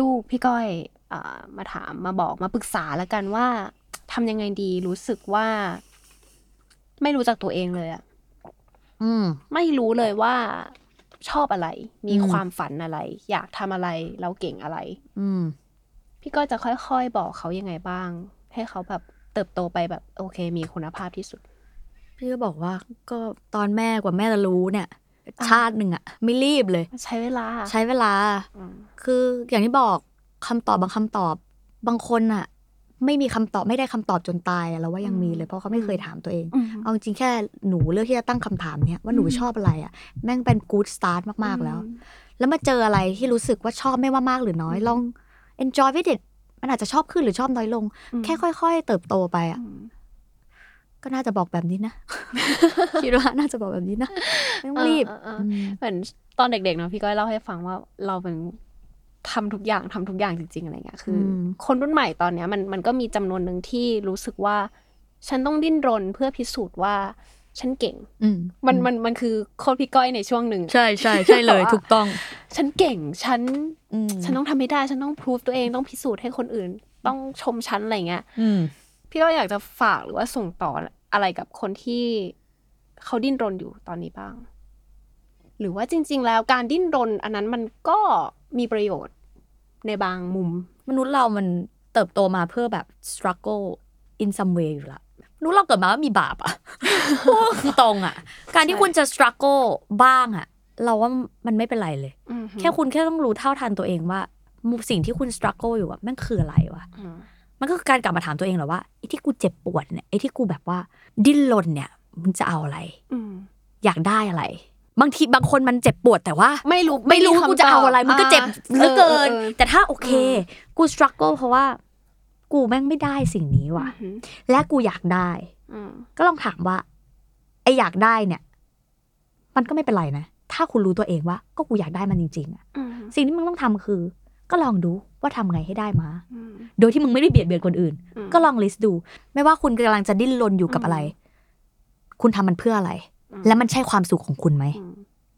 D: ลูกพี่ก้อยอ่ามาถามมาบอกมาปรึกษาแล้วกันว่าทำยังไงดีรู้สึกว่า ไม่รู้จักตัวเองเลยอะ
C: อืม
D: ไม่รู้เลยว่าชอบอะไร มี
C: อืม
D: ความฝันอะไร อยากทำอะไรเราเก่งอะไร
C: อืม
D: พี่ก้อยจะค่อยๆบอกเขายังไงบ้าง ให้เขาแบบเติบโตไปแบบ โอเค มีคุณภาพที่สุด
C: พี่ก็บอกว่าก็ตอนแม่กว่าแม่จะรู้เนี่ย
D: อ่า
C: ชาติหนึ่งอะไม่รีบเลย
D: ใช้เวลา
C: ใช้เวลา
D: อืม
C: คืออย่างที่บอกคำตอบบางคำตอบบางคนอะไม่มีคำตอบไม่ได้คำตอบจนตายอะเราว่ายังมีเลยเพราะเขาไม่เคยถามตัวเอง
D: อืม
C: เอาจริงแค่หนูเลือกที่จะตั้งคำถามเนี้ยว่าหนู
D: อืม
C: ชอบอะไรอะแม่งเป็นกู๊ดสตาร์ทมากๆแล้ว แล้วมาเจออะไรที่รู้สึกว่าชอบไม่ว่ามากหรือน้อยลอง enjoy with it มันอาจจะชอบขึ้นหรือชอบน้อยลง
D: อืม
C: แค่ค่อย ๆ เติบโตไปอะ
D: อืม
C: ก็น่าจะบอกแบบนี้นะ คิดว่าน่าจะบอกแบบนี้นะไม่ต้องรีบ
D: เออเออเออ
C: ม
D: เหมือนตอนเด็กๆเนาะพี่ก้อยเล่าให้ฟังว่าเราเป็นทำทุกอย่างทำทุกอย่างจริงๆอะไรเงี้ยคืออ
C: ม
D: คนรุ่นใหม่ตอนเนี้ยมันมันก็มีจำนวนหนึ่งที่รู้สึกว่า ฉันต้องดิ้นรนเพื่อพิสูจน์ว่าฉันเก่ง
C: อื
D: มันมันมันคือโคตรพี่ก้อยในช่วงหนึ่งอะ
C: ใช่ใช่ใช่เลย ถูกต้อง
D: ฉันเก่งฉัน
C: อืม
D: ฉันต้องทำให้ได้ ฉันต้องพิสูจตัวเองต้องพิสูจน์ให้คนอื่น ต้องชมฉันอะไรเงี้ย
C: อืม
D: พี่ก็อยากจะฝากหรือว่าส่งต่ออะไรกับคนที่เขาดิ้นรนอยู่ตอนนี้บ้าง หรือว่าจริง ๆ แล้วการดิ้นรน อันนั้นมันก็มีประโยชน์ในบางมุม
C: มนุษย์เรามันเติบโตมาเพื่อแบบ struggle in some way อยู่ละมนุษย์เราเกิดมาว่ามีบาปอะ พูดตรงอะการที่คุณจะ struggle บ้างอะเราว่ามันไม่เป็นไรเลย แค่คุณแค่ต้องรู้เท่าทันตัวเองว่าสิ่งที่คุณ struggle อยู่อะแมันคืออะไรวะ มันก็คือการกลับมาถามตัวเองเหรอว่าไอ้ที่กูเจ็บปวดเนี่ยไอ้ที่กูแบบว่าดิ้นรนเนี่ยมึงจะเอาอะไร อยากได้อะไร บางทีบางคนมันเจ็บปวดแต่ว่า
D: ไม่รู้
C: ไม่รู้กูจะเอาอะไรมันก็เจ็บเหลือเกิน แต่ถ้าโอเค
D: อืม
C: กูส t รั u เกิลเพราะว่า กูแม่งไม่ได้สิ่งนี้ว่ะ และกูอยากได้ ก็ลองถามว่าไออยากได้เนี่ย มันก็ไม่เป็นไรนะ ถ้าคุณรู้ตัวเองว่า ก็กูอยากได้มันจริงๆอะสิ่งที่มึงต้องทำคือ ก็ลองดูว่าทำไงให้ได้มา โดยที่มึงไม่ได้เบียดเบียนคนอื่น ก็ลองลิสต์ดู ไม่ว่าคุณกำลังจะดิ้นรนอยู่กับอะไร คุณทำมันเพื่ออะไร และมันใช่ความสุขของคุณไหม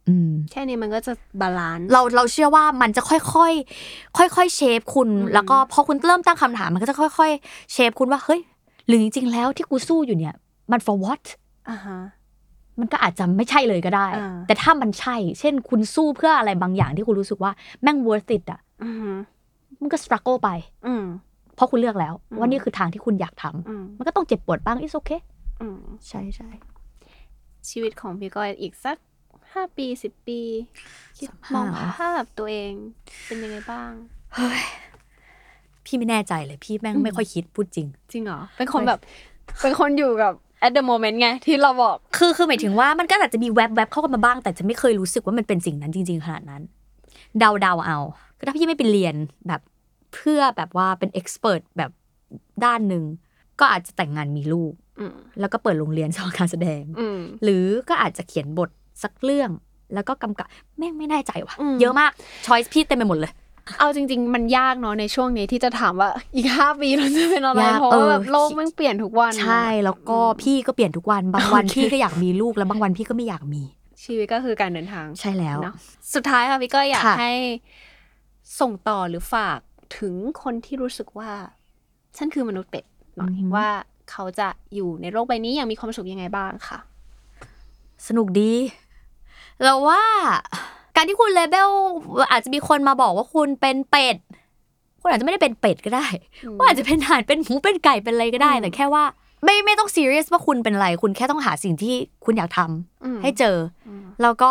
E: อืม
D: แค่นี้มันก็จะบาลานซ์
C: เราเราเชื่อว่ามันจะค่อยๆค่อยๆเชฟคุณ
D: อืม
C: แล้วก็พอคุณเริ่มตั้งคำถามมันก็จะค่อยๆเชฟคุณว่าเฮ้ยหรือจริงๆแล้วที่กูสู้อยู่เนี่ยมัน for what
D: อ่าฮะ
C: มันก็อาจจะไม่ใช่เลยก็ได้
D: อ่า
C: แต่ถ้ามันใช่ เช่น คุณสู้เพื่ออะไรบางอย่างที่คุณรู้สึกว่าแม่ง worth it อ่ะ
D: อืม
C: มันก็ struggle ไป
D: อืม
C: เพราะคุณเลือกแล้ว
D: อืม
C: ว่านี่คือทางที่คุณอยากทำ
D: อืม
C: มันก็ต้องเจ็บปวดบ้าง is okay
D: อืม
C: ใช่ใช่
D: ชีวิตของพี่ก้อยอีกสักห้าปีสิบปีคิดมองภาพตัวเองเป็นยังไงบ้าง
C: เฮ้ยพี่ไม่แน่ใจเลยพี่แม่งไม่ค่อยคิดพูดจริง
D: จริงเหรอ เป็นคนแบบ เป็นคนอยู่กับ at the moment ไง ที่เราบอก
C: คือคือหมายถึงว่ามันก็อาจจะมีแวบแวบเข้ามาบ้าง แต่จะไม่เคยรู้สึกว่ามันเป็นสิ่งนั้นจริง ๆ ขนาดนั้น เดาเดาเอาก็ถ้าพี่ไม่ไปเรียนแบบเพื่อแบบว่าเป็นเอ็กซ์เพรสแบบด้านหนึ่งก็อาจจะแต่งงานมีลูก
D: อืม
C: แล้วก็เปิดโรงเรียนสอนการแสดง
D: อืม
C: หรือก็อาจจะเขียนบทสักเรื่อง แล้วก็กำกับแม่งไม่แน่ใจว่ะ
D: อืม
C: เยอะมากช้อยส์พี่เต็มไปหมดเลย
D: เอาจริง ๆ มันยากเนาะในช่วงนี้ที่จะถามว่าอีกห้าปีเราจะเป็นอะไร
C: ยาก
D: เพราะว่าแบบ
C: เออ
D: โลกมันเปลี่ยนทุกวัน
C: ใช่แล้วก็พี่ก็เปลี่ยนทุกวันบางวันพี่ก็อยากมีลูกแล้วบางวันพี่ก็ไม่อยากมี
D: ชีวิตก็คือการเดินทาง
C: ใช่แล้ว
D: เนอะสุดท้ายค่ะพี่ก็อยาก
C: ค่ะ
D: ให้ส่งต่อหรือฝากถึงคนที่รู้สึกว่า ฉันคือมนุษย์เป็ดหน่อยว่าเขาจะอยู่ในโลกใบนี้อย่างมีความสุขยังไงบ้างค่ะ
C: สนุกดี เราว่า การที่คุณเลเบลอาจจะมีคนมาบอกว่าคุณเป็นเป็ด คุณอาจจะไม่ได้เป็นเป็ดก็ได้
D: อืม
C: คุณอาจจะเป็นห่านเป็นหมูเป็นไก่เป็นอะไรก็ได้
D: อืม
C: แต่แค่ว่า ไม่ไม่ต้องซีเรียสว่าคุณเป็นอะไร คุณแค่ต้องหาสิ่งที่คุณอยากทำ
D: อืม
C: ให้เจอ
D: ม
C: แล้วก็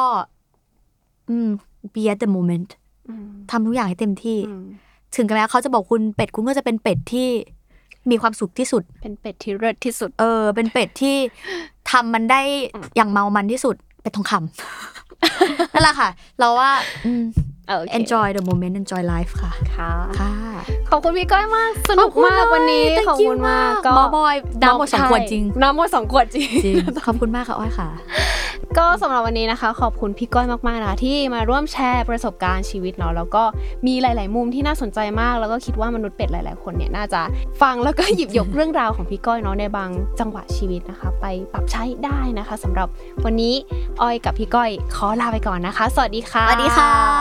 C: อืม be at the moment
D: อืม
C: ทำทุกอย่างให้เต็มที่
D: อืม
C: ถึงกันแล้วเขาจะบอกคุณเป็ดคุณก็จะเป็นเป็ดที่มีความสุขที่สุด
D: เป็นเป็ดที่เลิศที่สุด
C: เออ เป็นเป็ดที่ทำมันได้อย่างเมามันที่สุด เป็นทองคำ นั่นแหละค่ะ เราว่าอืม
D: เออโอเค
C: enjoy the moment enjoy life ค่ะ
D: ค่ะ
C: ค่ะ
D: ขอบคุณพี่ก้อยมาก สนุกมากวันนี้
C: Thank you
D: ขอบคุณมากก็
C: หมอบอยน้ำหมดสองขวดจริง
D: น้ำหมดสองขวดจริง
C: จริง ขอบคุณมากค่ะ อ้อยค่ะ
D: ก็สำหรับวันนี้นะคะ ขอบคุณพี่ก้อยมากๆนะคะที่มาร่วมแชร์ประสบการณ์ชีวิตเนาะแล้วก็มีหลาย ๆ มุมที่น่าสนใจมาก แล้วก็คิดว่ามนุษย์เป็ดหลาย ๆ คนเนี่ยน่าจะฟังแล้วก็ หยิบยกเรื่องราวของพี่ก้อยเนาะในบางจังหวะชีวิตนะคะ ไปปรับใช้ได้นะคะสำหรับวันนี้ออยกับพี่ก้อยขอลาไปก่อนนะคะ สวัสดีค่ะ
C: สวัสดีค่ะ